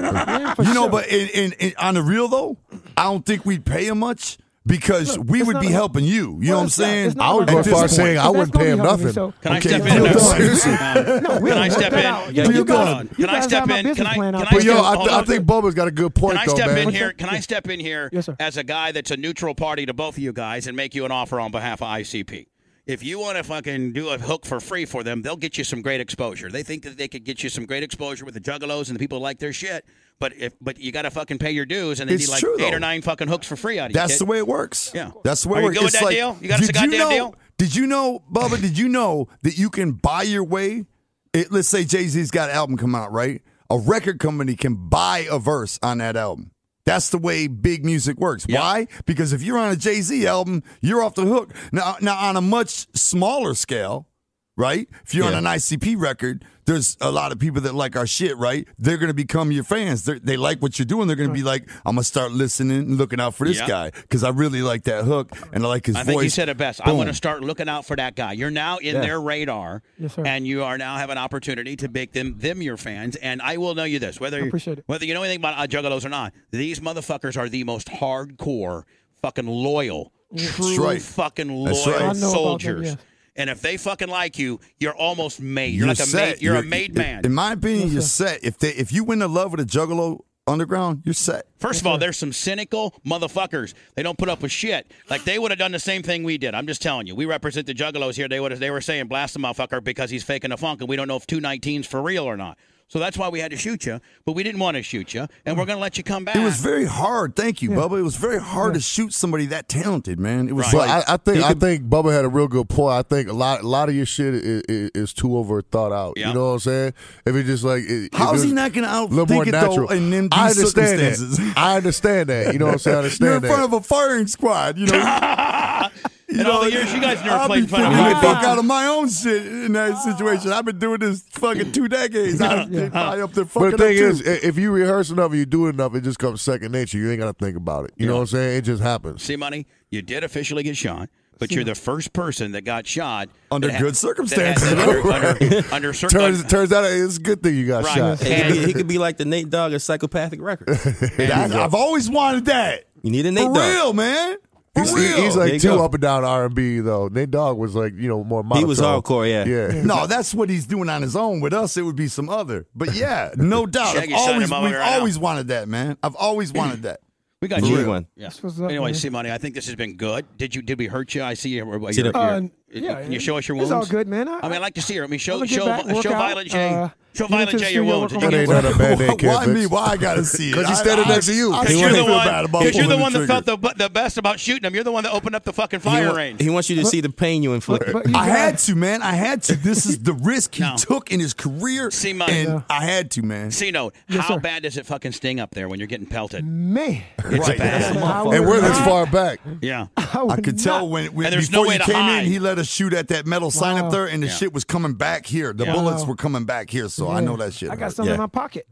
S6: know, but in, in, in, on the real though, I don't think we'd pay him much because we would be helping you. You know what I'm saying?
S8: I would go far saying I wouldn't pay him nothing.
S1: Can I
S8: Okay,
S1: step in?
S8: feel
S1: now?
S8: done. Seriously.
S1: Can I step in?
S8: Yeah,
S1: Can
S8: you
S1: I-
S8: guys-
S1: Can I step in? Can I? Can I
S8: But yo,
S1: step-
S8: I,
S1: hold
S8: I
S1: on.
S8: think Bubba's got a good point
S1: Can I
S8: though,
S1: step in
S8: man.
S1: here? Can I step in here as a guy that's a neutral party to both of you guys and make you an offer on behalf of ICP? If you want to fucking do a hook for free for them, they'll get you some great exposure. They think that they could get you some great exposure with the juggalos and the people who like their shit. But if but you got to fucking pay your dues, and they
S6: It's
S1: need like
S6: true,
S1: eight
S6: though.
S1: or nine fucking hooks for free out of you.
S6: That's
S1: kid.
S6: the way it works.
S1: Yeah.
S6: That's the way
S1: Are
S6: it
S1: you
S6: works.
S1: good with
S6: It's
S1: that
S6: like,
S1: deal? You got us a
S6: did
S1: goddamn
S6: know,
S1: deal?
S6: Did you know, Bubba, did you know that you can buy your way? It, let's say Jay Z's got an album come out, right? A record company can buy a verse on that album. That's the way big music works. Why? Because if you're on a Jay Z album, you're off the hook. Now, now on a much smaller scale, right? If you're
S8: Yeah.
S6: on an ICP record, there's a lot of people that like our shit, right? They're gonna become your fans. They're, they like what you're doing. They're gonna be like, I'm gonna start listening and looking out for this
S1: Yeah.
S6: guy because I really like that hook and I like his
S1: I
S6: voice.
S1: think you said it best. I
S6: Boom.
S1: want to start looking out for that guy. You're now in
S6: Yeah.
S1: their radar,
S7: Yes, sir.
S1: and you are now have an opportunity to make them them your fans. And I will know you this: whether
S7: I appreciate it.
S1: whether you know anything about uh, Juggalos or not, these motherfuckers are the most hardcore, fucking loyal, true
S6: right.
S1: fucking
S6: That's
S1: loyal
S6: right. I know about them,
S1: soldiers.
S6: yes.
S1: And if they fucking like you, you're almost made. You're, like a made. You're, a made
S6: in-
S1: man.
S6: In my opinion, you're set. If they if you win the love of the Juggalo Underground, you're set.
S1: First of all, there's some cynical motherfuckers. They don't put up with shit. Like they would have done the same thing we did. I'm just telling you. We represent the juggalos here. They would have, they were saying blast the motherfucker because he's faking the funk, and we don't know if 219's for real or not. So that's why we had to shoot you, but we didn't want to shoot you, and we're gonna let you come back.
S6: It was very hard. Thank you, Bubba. It was very hard to shoot somebody that talented, man. It was
S8: But
S6: like
S8: I, I think
S6: he
S8: I
S6: could-
S8: think Bubba had a real good point. I think a lot a lot of your shit is, is, is too over thought out. You know what I'm saying? If it's just like it,
S6: How's
S8: if it's
S6: he not gonna
S8: a little
S6: outthink
S8: more
S6: it, though,
S8: natural.
S6: in them
S8: I
S6: these
S8: understand
S6: circumstances?
S8: that. I understand that. You know what I'm saying? I understand
S6: You're in
S8: that.
S6: front of a firing squad, you know. you
S1: In all the years you guys never
S6: I'll
S1: played
S6: be
S1: in front of
S6: figuring
S1: a
S6: the
S1: firing
S6: fuck out of my own shit in that situation. I've been doing this fucking two decades. I, I up there fucking
S8: But the thing
S6: up
S8: is,
S6: too.
S8: i- if you rehearse enough and you do it enough, it just comes second nature. You ain't got to think about it. You know what I'm saying? It just happens.
S1: See, money, you did officially get shot, but you're the first person that got shot
S8: Under
S1: that
S8: good
S1: that
S8: circumstances.
S1: had- under, under, under cir-
S8: Turns turns out it's a good thing you got
S1: Right.
S8: shot.
S9: Hey, he, could be, he could be like the Nate Dogg of psychopathic records.
S6: I've always wanted that.
S9: You need a Nate
S6: For
S9: Dogg.
S6: real, man. For
S8: He's,
S6: real.
S8: he's
S9: There you
S8: like two
S9: go.
S8: up and down R and B though. Nate Dogg was like you know more monotone.
S9: He was hardcore, yeah.
S8: yeah.
S6: No, that's what he's doing on his own. With us, it would be some other. But yeah, no doubt. I've
S1: Shaggy's signing
S6: always,
S1: him over
S6: we've
S1: right now.
S6: always wanted that, man. I've always wanted that.
S1: We got
S6: For
S1: you
S6: real.
S9: one.
S1: Yeah.
S7: what's up,
S1: anyway,
S7: man.
S1: see, money. I think this has been good. Did you? Did we hurt you? I see you. Your,
S7: Sit
S1: your,
S7: up. Uh,
S1: yeah,
S7: yeah,
S1: can you show us your wounds?
S7: it's all good, man. I-
S1: I mean, I like to see her. I mean, show
S7: I'ma get
S1: show
S7: back,
S1: vi-
S7: work
S1: show
S7: out,
S1: Violent J.
S7: uh,
S1: show
S7: get into
S1: Violent
S7: the
S1: J your
S7: studio,
S1: wounds. Did
S7: work
S1: you
S7: on
S1: get
S7: my
S1: one?
S8: That ain't not a bad day,
S6: Why
S8: Kid
S6: me?
S8: Fix.
S6: Why I gotta see it?
S8: 'Cause he's
S6: I-
S8: standing
S6: I-
S8: next to you.
S6: I
S8: He
S6: shouldn't
S1: You're the
S6: feel
S1: one.
S6: bad about
S1: 'cause you're the
S6: pulling
S1: one that
S6: trigger.
S1: felt the, bu- the best about shooting him. You're the one that opened up the fucking
S9: He,
S1: fire
S9: wa-
S1: range.
S9: he wants you to see the pain you inflict.
S6: I had to, man. I had to. This is the risk he took in his career.
S1: See, my-
S6: and I had to, man.
S1: C note. how bad does it fucking sting up there when you're getting pelted?
S7: Man.
S1: It's
S6: Right.
S1: bad.
S8: And we're this far back.
S1: Yeah.
S6: I could tell when, when
S1: And there's no
S6: before
S1: way
S6: you
S1: to
S6: came
S1: hide.
S6: in, he let us shoot at that metal sign up
S7: Wow.
S6: there, and the
S1: Yeah.
S6: shit was coming back here. The
S1: Yeah.
S6: bullets
S7: Wow.
S6: were coming back here, so I
S7: Yeah.
S6: know that shit.
S7: I got
S6: hurt.
S7: something in my pocket.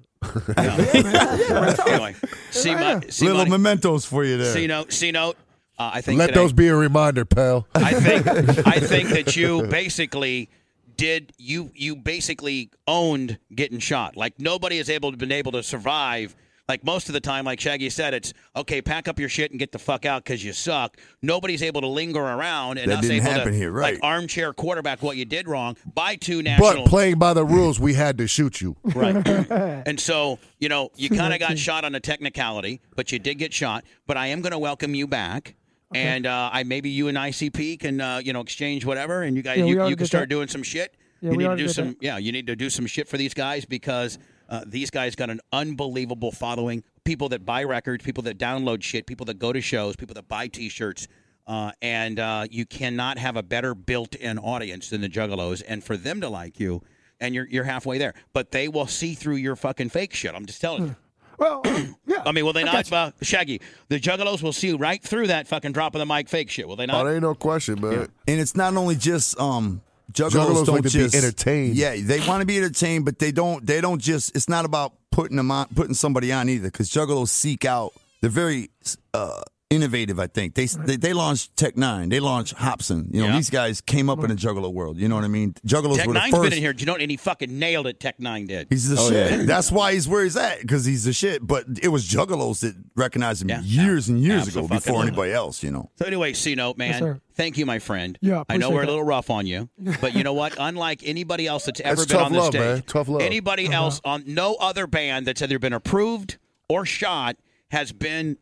S1: anyway, see, my, see,
S6: Little
S1: money.
S6: mementos for you there.
S1: C note. C note. Uh, I think
S8: Let
S1: today-
S8: those be a reminder, pal.
S1: I think I think that you basically did you you basically owned getting shot. Like nobody is able to been able to survive. Like most of the time, like Shaggy said, it's okay. Pack up your shit and get the fuck out because you suck. Nobody's able to linger around and
S6: That
S1: us
S6: didn't
S1: able
S6: happen
S1: to
S6: here, right.
S1: like armchair quarterback what you did wrong by two
S8: But
S1: national
S8: playing by the rules, we had to shoot you.
S1: Right. and so, you know, you kind of got shot on a technicality, but you did get shot. But I am going to welcome you back. And uh, I maybe you and ICP can uh, you know exchange whatever, and you guys
S7: Yeah, we
S1: you,
S7: already
S1: you can
S7: did
S1: start
S7: that.
S1: doing some shit. you
S7: Yeah, we
S1: need to
S7: already
S1: do
S7: did
S1: some yeah you need to do some shit for these guys because uh, these guys got an unbelievable following. People that buy records, people that download shit, people that go to shows, people that buy T-shirts. Uh, and uh, you cannot have a better built-in audience than the Juggalos, and for them to like you, and you're you're halfway there. But they will see through your fucking fake shit. I'm just telling you.
S7: Well, yeah.
S1: I mean, will they not, uh, Shaggy? The Juggalos will see right through that fucking drop of the mic fake shit. Will they not?
S8: Oh, there ain't no question, man.
S6: And it's not only just um juggalos,
S8: Juggalos like
S6: don't
S8: to be
S6: just
S8: entertained.
S6: Yeah, they want to be entertained, but they don't they don't just it's not about putting them on putting somebody on either cuz juggalos seek out they're very uh innovative. I think they they, they launched Tech Nine, they launched Hobson. You know,
S1: Yeah.
S6: these guys came up in the Juggalo world. You know what I mean? Juggalos
S1: Tech
S6: were the
S1: Nine's
S6: first.
S1: been in here. Do you know? And he fucking nailed it. Tech Nine did.
S6: He's the
S8: Oh,
S6: shit. That's why he's where he's at because he's the shit. But it was Juggalos that recognized him years and years ago before
S1: Abso-fucking-lutely.
S6: anybody else. You know.
S1: So anyway, C note man,
S6: sir.
S1: thank you, my friend.
S6: Yeah,
S1: I know
S6: appreciate
S1: we're a
S6: that.
S1: little rough on you, but you know what? Unlike anybody else that's ever
S8: That's
S1: been
S8: tough
S1: on this
S8: love,
S1: stage,
S8: man. Tough love. Uh-huh.
S1: anybody else on no other band that's either been approved or shot has been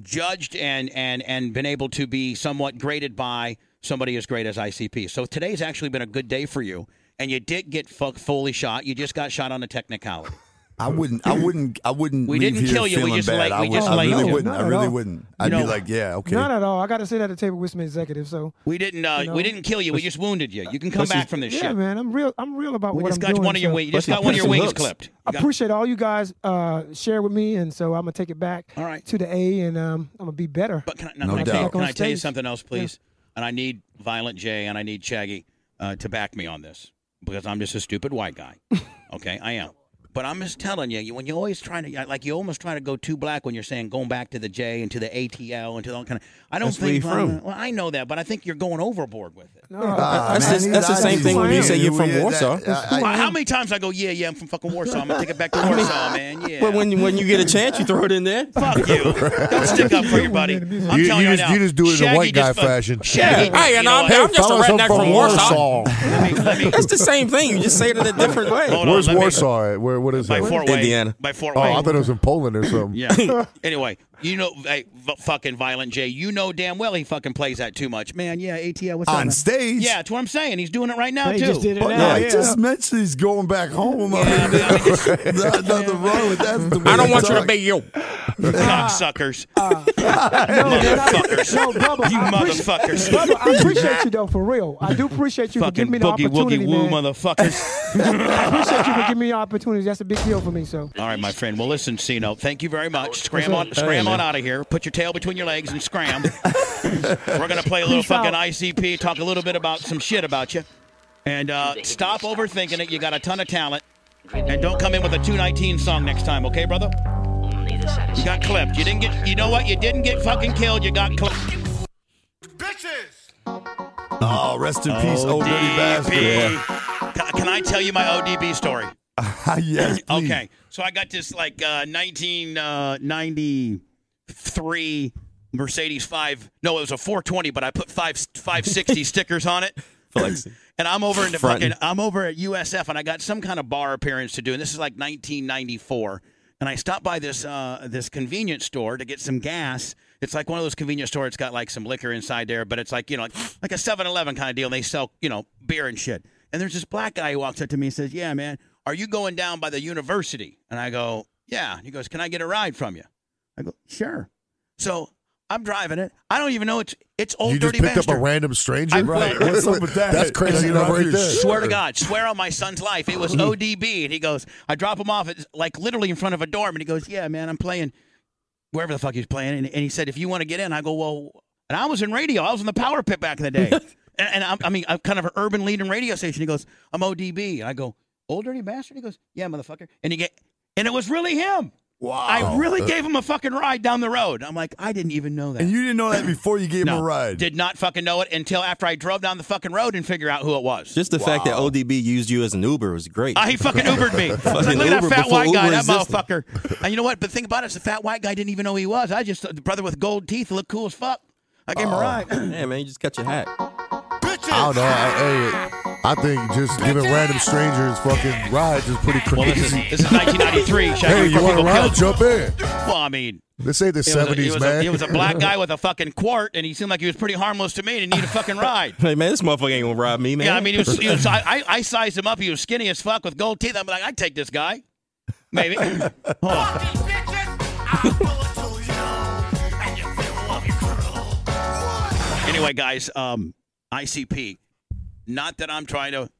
S1: judged and and and been able to be somewhat graded by somebody as great as ICP. So today's actually been a good day for you, and you did get fu- fully shot. You just got shot on a technicality.
S6: I wouldn't. I wouldn't. I wouldn't.
S1: We
S6: leave
S1: didn't
S6: here
S1: kill you, we
S6: feeling
S1: just
S6: bad.
S1: like-
S6: I
S1: we
S6: would-
S1: just
S6: I
S1: like
S6: really
S1: you.
S6: wouldn't. I
S1: Not at
S6: really
S1: all.
S6: wouldn't. I'd
S1: No.
S6: be like, yeah, okay.
S7: Not at all. I got to sit at the table with some executives. So
S1: We didn't uh, we didn't kill you. We just wounded you. You can come
S7: Let's
S1: back
S7: just-
S1: from this
S7: yeah,
S1: shit.
S7: man, I'm real. I'm real about
S1: We
S7: what
S1: just
S7: I'm
S1: got
S7: doing.
S1: one of your
S7: so-
S1: wing- you just Let's got one of your wings clipped. You
S7: I
S1: got-
S7: appreciate all you guys uh, sharing with me, and so I'm gonna take it back
S1: All right.
S7: to the A, and um, I'm gonna be better.
S1: But can I, now, can I tell you- can I tell you something else, please? And I need Violent J and I need Shaggy uh, to back me on this because I'm just a stupid white guy. okay, I am. But I'm just telling you, you- when you're always trying to, like, you almost try to go too black when you're saying going back to the J and to the ATL and to all kind of. I don't
S9: That's where
S1: think.
S9: you're from.
S1: Well, I know that, but I think you're going overboard with it.
S7: No,
S9: I- that's the- that's the same thing when you say you're from Warsaw.
S1: Well, how many times I go, yeah, yeah, I'm from fucking Warsaw. I'm gonna take it back to Warsaw, man. Yeah.
S9: But when when you get a chance, you throw it in there.
S1: Fuck you. Don't stick up for your buddy. I'm
S8: You-
S1: telling
S8: you
S1: you,
S8: just-
S1: now,
S8: you just do it in a
S1: Shaggy
S8: white
S1: just
S8: guy
S1: fuck-
S8: fashion.
S1: Shaggy,
S8: Yeah. Hey,
S1: you
S8: and
S1: know
S8: I'm-
S1: what?
S8: I'm just a Fellas, I'm redneck from from Warsaw.
S1: Oh.
S8: Warsaw.
S1: Let me- let me-
S9: That's the same thing. You just say it in a different way.
S1: Hold on,
S8: Where's
S1: let me-
S8: Warsaw at? Where, what is
S1: By
S8: it?
S1: Fort Wayne. Indiana. By Fort
S8: oh, I
S1: Wayne.
S8: thought it was in Poland or something.
S1: Yeah. anyway, you know, hey, v- fucking Violent J, you know damn well he fucking plays that too much, man. Yeah, ATL,
S8: Oh,
S1: what's
S6: On
S1: up, man?
S6: stage?
S1: Yeah, that's what I'm saying. He's doing it right now
S6: They
S1: too.
S6: just did it But now, I yeah. just mentioned he's going back home. I mean, there's nothing wrong with that. The way
S9: I don't
S6: they
S9: want you to
S6: talk.
S9: be you.
S1: Cocksuckers. motherfuckers.
S7: Ah. Oh, No, Bubba,
S1: you
S7: I appreciate-
S1: motherfuckers.
S7: Bubba, I appreciate you though, for real. I do appreciate you for
S1: fucking
S7: giving me the
S1: boogie
S7: opportunity,
S1: woogie woo
S7: man.
S1: motherfuckers.
S7: I appreciate you for giving me the opportunity. That's a big deal for me. So
S1: All right, my friend. Well, listen, Cino, thank you very much. Scram
S7: That's
S1: on,
S7: it.
S1: scram
S7: Hey,
S1: on
S7: man.
S1: out of here. Put your tail between your legs and scram. We're gonna play a little
S7: Peace
S1: fucking
S7: out.
S1: ICP, talk a little bit about some shit about you, and uh, stop overthinking it. You got a ton of talent, and don't come in with a 219 song next time, okay, brother? You got clipped. You didn't get. You know what? You didn't get fucking killed. You got clipped.
S6: Oh, rest in peace, old dirty bastard.
S1: ODB. Can- Can I tell you my ODB story?
S6: Ah, yes, please.
S1: Okay, so I got this like uh, 1993 Mercedes 5. No, it was a 420, but I put five 560 stickers on it.
S9: Flexing.
S1: And I'm over in the
S9: Frontin'.
S1: fucking I'm over at USF, and I got some kind of bar appearance to do, and this is like 1994. And I stopped by this uh, this convenience store to get some gas. It's like one of those convenience stores. It's got like some liquor inside there, but it's like you know, like, like a 7-Eleven kind of deal. And they sell you know beer and shit. And there's this black guy who walks up to me and says, "Yeah, man, are you going down by the university?" And I go, "Yeah." And he goes, "Can I get a ride from you?" I go, "Sure." So I'm driving it. I don't even know it's it's old
S8: You just
S1: dirty
S8: picked
S1: bastard.
S8: up a random stranger.
S1: I- Right.
S6: What's up with that?
S8: That's crazy enough right there.
S1: Swear to God, swear on my son's life, it was
S6: Mm-hmm.
S1: ODB. And he goes, I drop him off at like literally in front of a dorm, and he goes, Yeah, man, I'm playing wherever the fuck he's playing. And, and he said, If you want to get in, I go, Well, and I was in radio, I was in the power pit back in the day. and and I'm, I mean, I'm kind of an urban leading radio station. He goes, I'm ODB. And I go, Old dirty bastard? He goes, Yeah, motherfucker. And he get, and it was really him.
S6: Wow.
S1: I really gave him a fucking ride down the road. I'm like, I didn't even know that.
S6: uh, And you didn't know that before you gave him
S1: No,
S6: a ride.
S1: Did not fucking know it until after I drove down the fucking road and figure out who it was.
S9: Just the fact that ODB used you as an Uber was great.
S1: Uh, he fucking Ubered me. It's like,
S9: Fucking
S1: look at that
S9: Uber
S1: fat
S9: before
S1: white guy,
S9: Uber
S1: that
S9: existed.
S1: motherfucker. And you know what? But think about it, it's the fat white guy didn't even know who he was. I just the brother with gold teeth looked cool as fuck. I gave him
S8: Oh.
S1: a ride.
S9: Yeah, man, you just cut your hat.
S8: I don't know. I, hey, I think just giving random strangers fucking rides is pretty crazy.
S1: Well, listen, this is 1993. Shaggy,
S8: hey, you
S1: before
S8: want a
S1: people
S8: ride?
S1: killed.
S8: Jump in.
S1: Well, I mean,
S8: This ain't
S1: it
S8: the
S1: was a- he
S8: seventies,
S1: was
S8: man.
S1: A, he was a black guy with a fucking quart, and he seemed like he was pretty harmless to me, and he needed a fucking ride.
S9: Hey, man, this motherfucker ain't gonna rob me, man.
S1: Yeah, I mean, he was, he was I, I- I sized him up. He was skinny as fuck with gold teeth. I'm like, I take this guy. Maybe. oh. anyway, guys, um, ICP. Not that I'm trying to,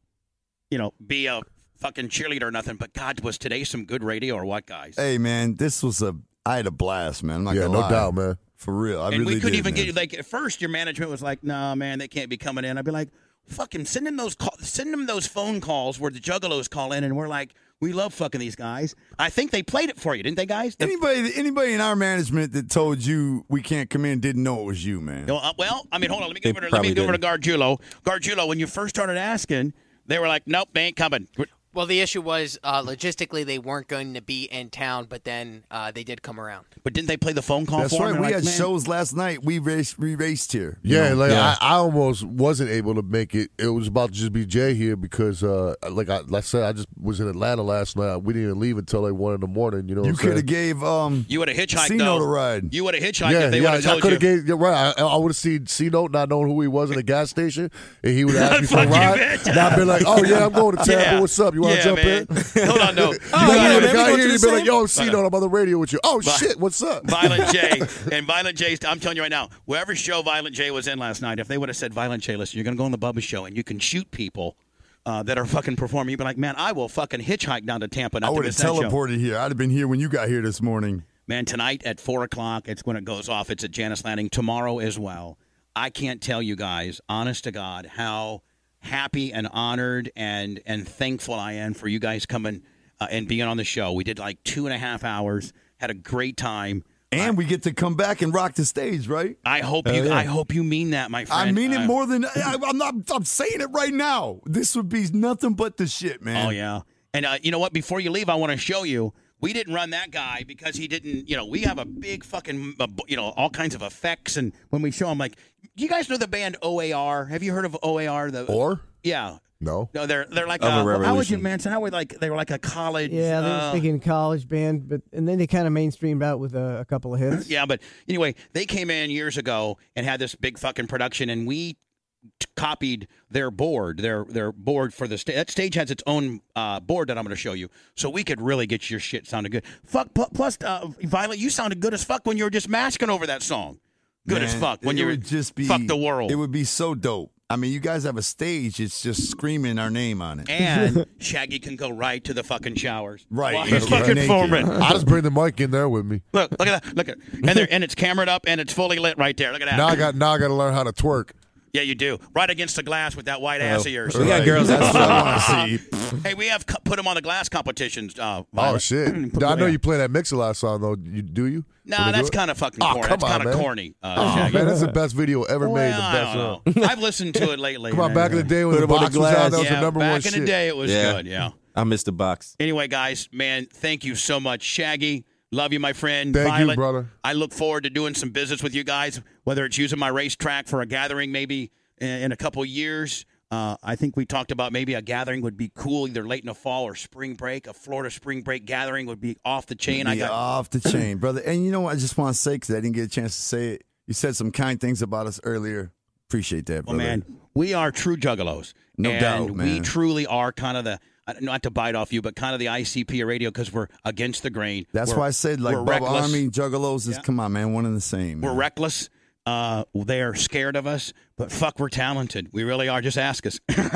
S1: you know, be a fucking cheerleader or nothing, but God, was today some good radio or what, guys?
S6: Hey, man, this was a. I had a blast, man. I'm not
S8: Yeah,
S6: gonna
S8: no
S6: lie.
S8: doubt, man.
S6: For real, I
S1: and we
S6: really
S1: couldn't
S6: did,
S1: even
S6: man.
S1: get you like at first your management was like, nah, man, they can't be coming in. I'd be like, fucking send them those call, send them those phone calls where the juggalos call in and we're like, we love fucking these guys. I think they played it for you, didn't they, guys? The-
S6: Anybody, anybody in our management that told you we can't come in didn't know it was you, man.
S1: No, uh, well, I mean, hold on. Let me
S6: They
S1: go over to, let
S6: probably
S1: me go over to Gargiulo. Gargiulo, when you first started asking, they were like, "Nope, they ain't coming."
S2: Well, the issue was uh, logistically they weren't going to be in town, but then uh, they did come around.
S1: But didn't they play the phone call
S6: That's
S1: for
S6: right.
S1: him?
S6: We
S1: They're like,
S6: had
S1: "Man."
S6: shows last night. We raced, we raced here. you
S8: Yeah,
S6: know?
S8: like I, I almost wasn't able to make it. It was about to just be Jay here because, uh, like I, like I said, I just was in Atlanta last night. We didn't even leave until like one in the morning. You know,
S6: you
S8: what I'm
S6: could
S8: saying?
S6: have gave um.
S1: You would have hitchhiked.
S6: Cino
S1: though.
S6: to ride.
S1: You would have hitchhiked
S8: yeah,
S1: if they
S8: yeah,
S1: would have
S8: I
S1: told
S8: could
S1: you.
S8: have gave. yeah, Right, I, I would have seen C Note not knowing who he was in a gas station, and he would ask me for
S1: Fuck
S8: a
S1: you,
S8: ride.
S1: bitch.
S8: And I'd be like, "Oh yeah, I'm going to Tampa.
S1: Yeah.
S8: What's up? You want to
S1: Yeah,
S8: jump
S1: man.
S8: in?"
S1: Hold on, no.
S8: You know,
S1: Violent-
S8: he would've got here, he'd be like, "Yo, C
S1: Violent-
S8: Note, I'm on the radio with you." Oh
S1: Vi-
S8: shit, what's up?
S1: Violent J and Violent J. I'm telling you right now, wherever show Violent J was in last night, if they would have said Violent J, listen, you're going to go on the Bubba show and you can shoot people uh, that are fucking performing. You'd be like, man, I will fucking hitchhike down to Tampa. Not
S6: I
S1: to
S6: would have
S1: miss that show."
S6: teleported here. I'd have been here when you got here this morning.
S1: Man, tonight at four o'clock, it's when it goes off. It's at Janice Landing tomorrow as well. I can't tell you guys, honest to God, how happy and honored and and thankful I am for you guys coming uh, and being on the show. We did like two and a half hours, had a great time.
S6: And we get to come back and rock the stage, right?
S1: I hope
S6: Hell
S1: you.
S6: yeah.
S1: I hope you mean that, my friend.
S6: I mean it
S1: Uh,
S6: more than I, I'm not. I'm saying it right now. This would be nothing but the shit, man.
S1: Oh yeah. And uh, you know what? Before you leave, I want to show you. We didn't run that guy because he didn't. You know, we have a big fucking, uh, you know, all kinds of effects. And when we show him, like, you guys know the band OAR? Have you heard of OAR? The
S8: or
S1: yeah,
S8: no,
S1: no, they're they're like
S8: Of a
S1: uh, well, how would you,
S8: revolution.
S1: Manson? How would like they were like a college?
S10: Yeah, they were
S1: uh,
S10: thinking college band, but and then they kind of mainstreamed out with a, a couple of hits.
S1: Yeah, but anyway, they came in years ago and had this big fucking production, and we t- copied their board, their their board for the stage. That stage has its own uh, board that I'm going to show you, so we could really get your shit sounding good. Fuck. Pl- plus, uh, Violet, you sounded good as fuck when you were just masking over that song. Good as
S6: Man,
S1: fuck when
S6: it
S1: you were
S6: would just be
S1: fuck the world.
S6: It would be so dope. I mean, you guys have a stage. It's just screaming our name on it.
S1: and Shaggy can go right to the fucking showers.
S6: Right.
S1: Why
S6: He's
S1: fucking
S6: naked.
S1: Foreman.
S8: I just bring the mic in there with me.
S1: Look, look at that. Look at and there and it's camered up and it's fully lit right there. Look at that.
S8: Now I got now I got to learn how to twerk.
S1: Yeah, you do. Right against the glass with that white ass of yours.
S8: We got Right. girls that's what I
S1: Uh-huh.
S8: wanna see.
S1: Hey, we have co- put them on the glass competitions. Uh,
S8: Oh shit! I know you play that mix a lot song though. You do you?
S1: No,
S8: Wanna do
S1: that's
S8: it?
S1: kind of fucking
S8: Oh,
S1: corny.
S8: come
S1: That's
S8: on,
S1: kind of
S8: man.
S1: corny. Uh,
S8: Oh,
S1: Shaggy.
S8: man, that's the best video ever made. The
S1: Well,
S8: best song.
S1: I don't know. I've listened to it lately.
S8: Come on,
S1: and-
S8: back in the day when
S1: Put
S8: the
S1: 'em on
S8: box was out, that was
S1: yeah,
S8: the number
S1: back
S8: one
S1: in
S8: shit.
S1: the day, it was good. Yeah.
S9: I missed the box.
S1: Anyway, guys, man, thank you so much, Shaggy. Love you, my friend.
S8: Thank you,
S1: Violet.
S8: brother.
S1: I look forward to doing some business with you guys, whether it's using my racetrack for a gathering, maybe in in a couple years. Uh, I think we talked about maybe a gathering would be cool, either late in the fall or spring break. A Florida spring break gathering would be off the chain. I
S6: Yeah,
S1: got oh,
S6: off the chain, brother. And you know what? I just want to say because I didn't get a chance to say it. You said some kind things about us earlier. Appreciate that, brother.
S1: man, we are true juggalos.
S6: No
S1: and
S6: doubt,
S1: We
S6: man.
S1: truly are kind of the I- not to bite off you, but kind of the ICP radio because we're against the grain.
S6: That's
S1: We're-
S6: why I said like
S1: we're
S6: Bubba
S1: reckless.
S6: Army and Juggalos is come on, man, one and the same.
S1: We're reckless. Uh, they are scared of us, but fuck, we're talented. We really are. Just ask us, man.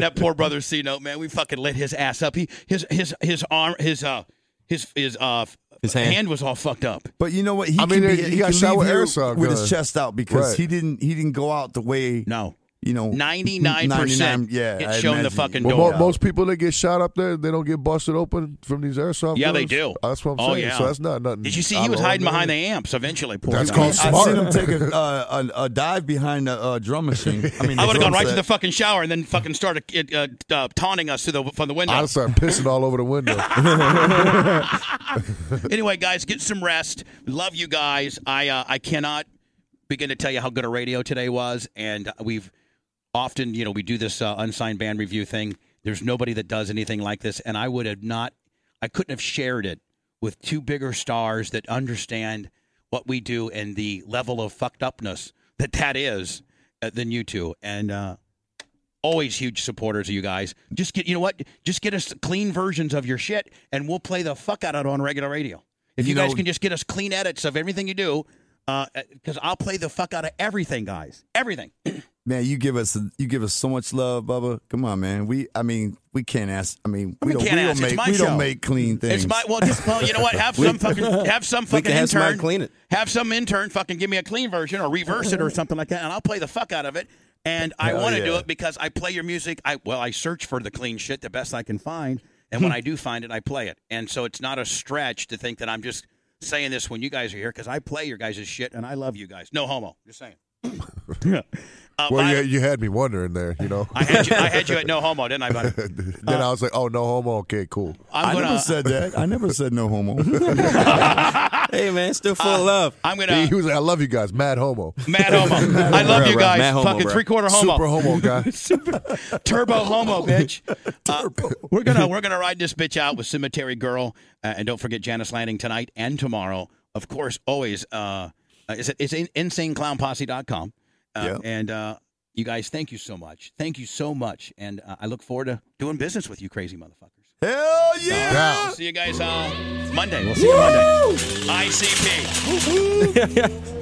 S1: That poor brother C note, man. We fucking lit his ass up. He his his his arm his uh his his uh his
S6: hand.
S1: was all fucked up.
S6: But you know what? He
S1: I mean,
S6: can be,
S1: he
S6: he,
S1: got
S6: can
S1: shot
S6: leave
S1: with
S6: here
S1: aerosol
S6: with
S1: gun.
S6: his chest out because
S1: Right.
S6: he didn't he didn't go out the way
S1: no
S6: you know
S1: ninety nine
S6: 99
S1: percent.
S6: yeah
S1: it's
S6: I
S1: shown the
S6: imagine.
S1: fucking
S8: Well,
S1: door.
S8: mo- most people that get shot up there, they don't get busted open from these airsoft.
S1: yeah, they
S8: guns.
S1: do.
S8: That's what I'm
S1: oh,
S8: saying.
S1: Yeah.
S8: So that's not nothing.
S1: Did you see?
S8: out
S1: He
S8: of
S1: was hiding
S8: ordinary.
S1: behind the amps. Eventually, poor
S6: That's
S1: guy.
S6: called smart. I've seen him take a, uh, a, a dive behind a, uh drum machine. I mean,
S1: I
S6: the
S1: would have
S6: drum
S1: gone right
S6: set.
S1: to the fucking shower and then fucking started uh, uh, taunting us through the, from the window.
S8: I started pissing all over the window.
S1: anyway, guys, get some rest. Love you guys. I uh, I cannot begin to tell you how good a radio today was, and we've often, you know, we do this uh, unsigned band review thing. There's nobody that does anything like this, and I would have not, I couldn't have shared it with two bigger stars that understand what we do and the level of fucked upness that that is uh, than you two. And uh, always huge supporters of you guys. Just get you know what? Just get us clean versions of your shit, and we'll play the fuck out of it on regular radio. If you,
S6: You
S1: guys
S6: know-
S1: can just get us clean edits of everything you do, because I'll play the fuck out of everything, guys. Everything.
S6: Man, you give us you give us so much love, Bubba. Come on, man. We I mean we can't ask. I mean we,
S1: We
S6: don't,
S1: can't
S6: we
S1: ask.
S6: don't
S1: It's
S6: make
S1: my
S6: we
S1: show.
S6: don't make clean things.
S1: It's my well, just well, you know what? Have
S6: We-
S1: some fucking have some
S6: We can
S1: fucking
S6: have somebody
S1: intern
S6: clean it.
S1: Have some intern fucking give me a clean version or reverse it or something like that, and I'll play the fuck out of it. and I
S5: Hell
S1: want to do
S5: yeah.
S1: it because I play your music. I well, I search for the clean shit the best I can find, and
S6: Hmm.
S1: when I do find it, I play it. And so it's not a stretch to think that I'm just saying this when you guys are here because I play your guys' shit and I love you guys. No homo. Just saying. Uh,
S8: well,
S1: by
S8: yeah,
S1: the-
S8: you had me wondering there. You know,
S1: I uh, had you. I had you at no homo, didn't I, buddy?
S8: then I was like, "Oh, no homo." Okay, cool.
S1: I'm I never gonna-
S6: said that. I never said no homo.
S9: hey man, still full of love.
S1: I'm gonna.
S8: He was like, "I love you guys." Mad homo.
S1: Mad homo. I love you guys. Fucking three quarter homo.
S8: Super homo guy.
S1: Turbo homo, bitch. Uh, we're gonna we're gonna ride this bitch out with Cemetery Girl, uh, and don't forget Janice Landing tonight and tomorrow. Of course, always. Uh, uh, is it is in, insaneclownposse.com. Uh, And uh, you guys, thank you so much. Thank you so much, and uh, I look forward to doing business with you, crazy motherfuckers.
S6: Hell
S1: yeah! See you guys on Monday. We'll see you Monday. ICP.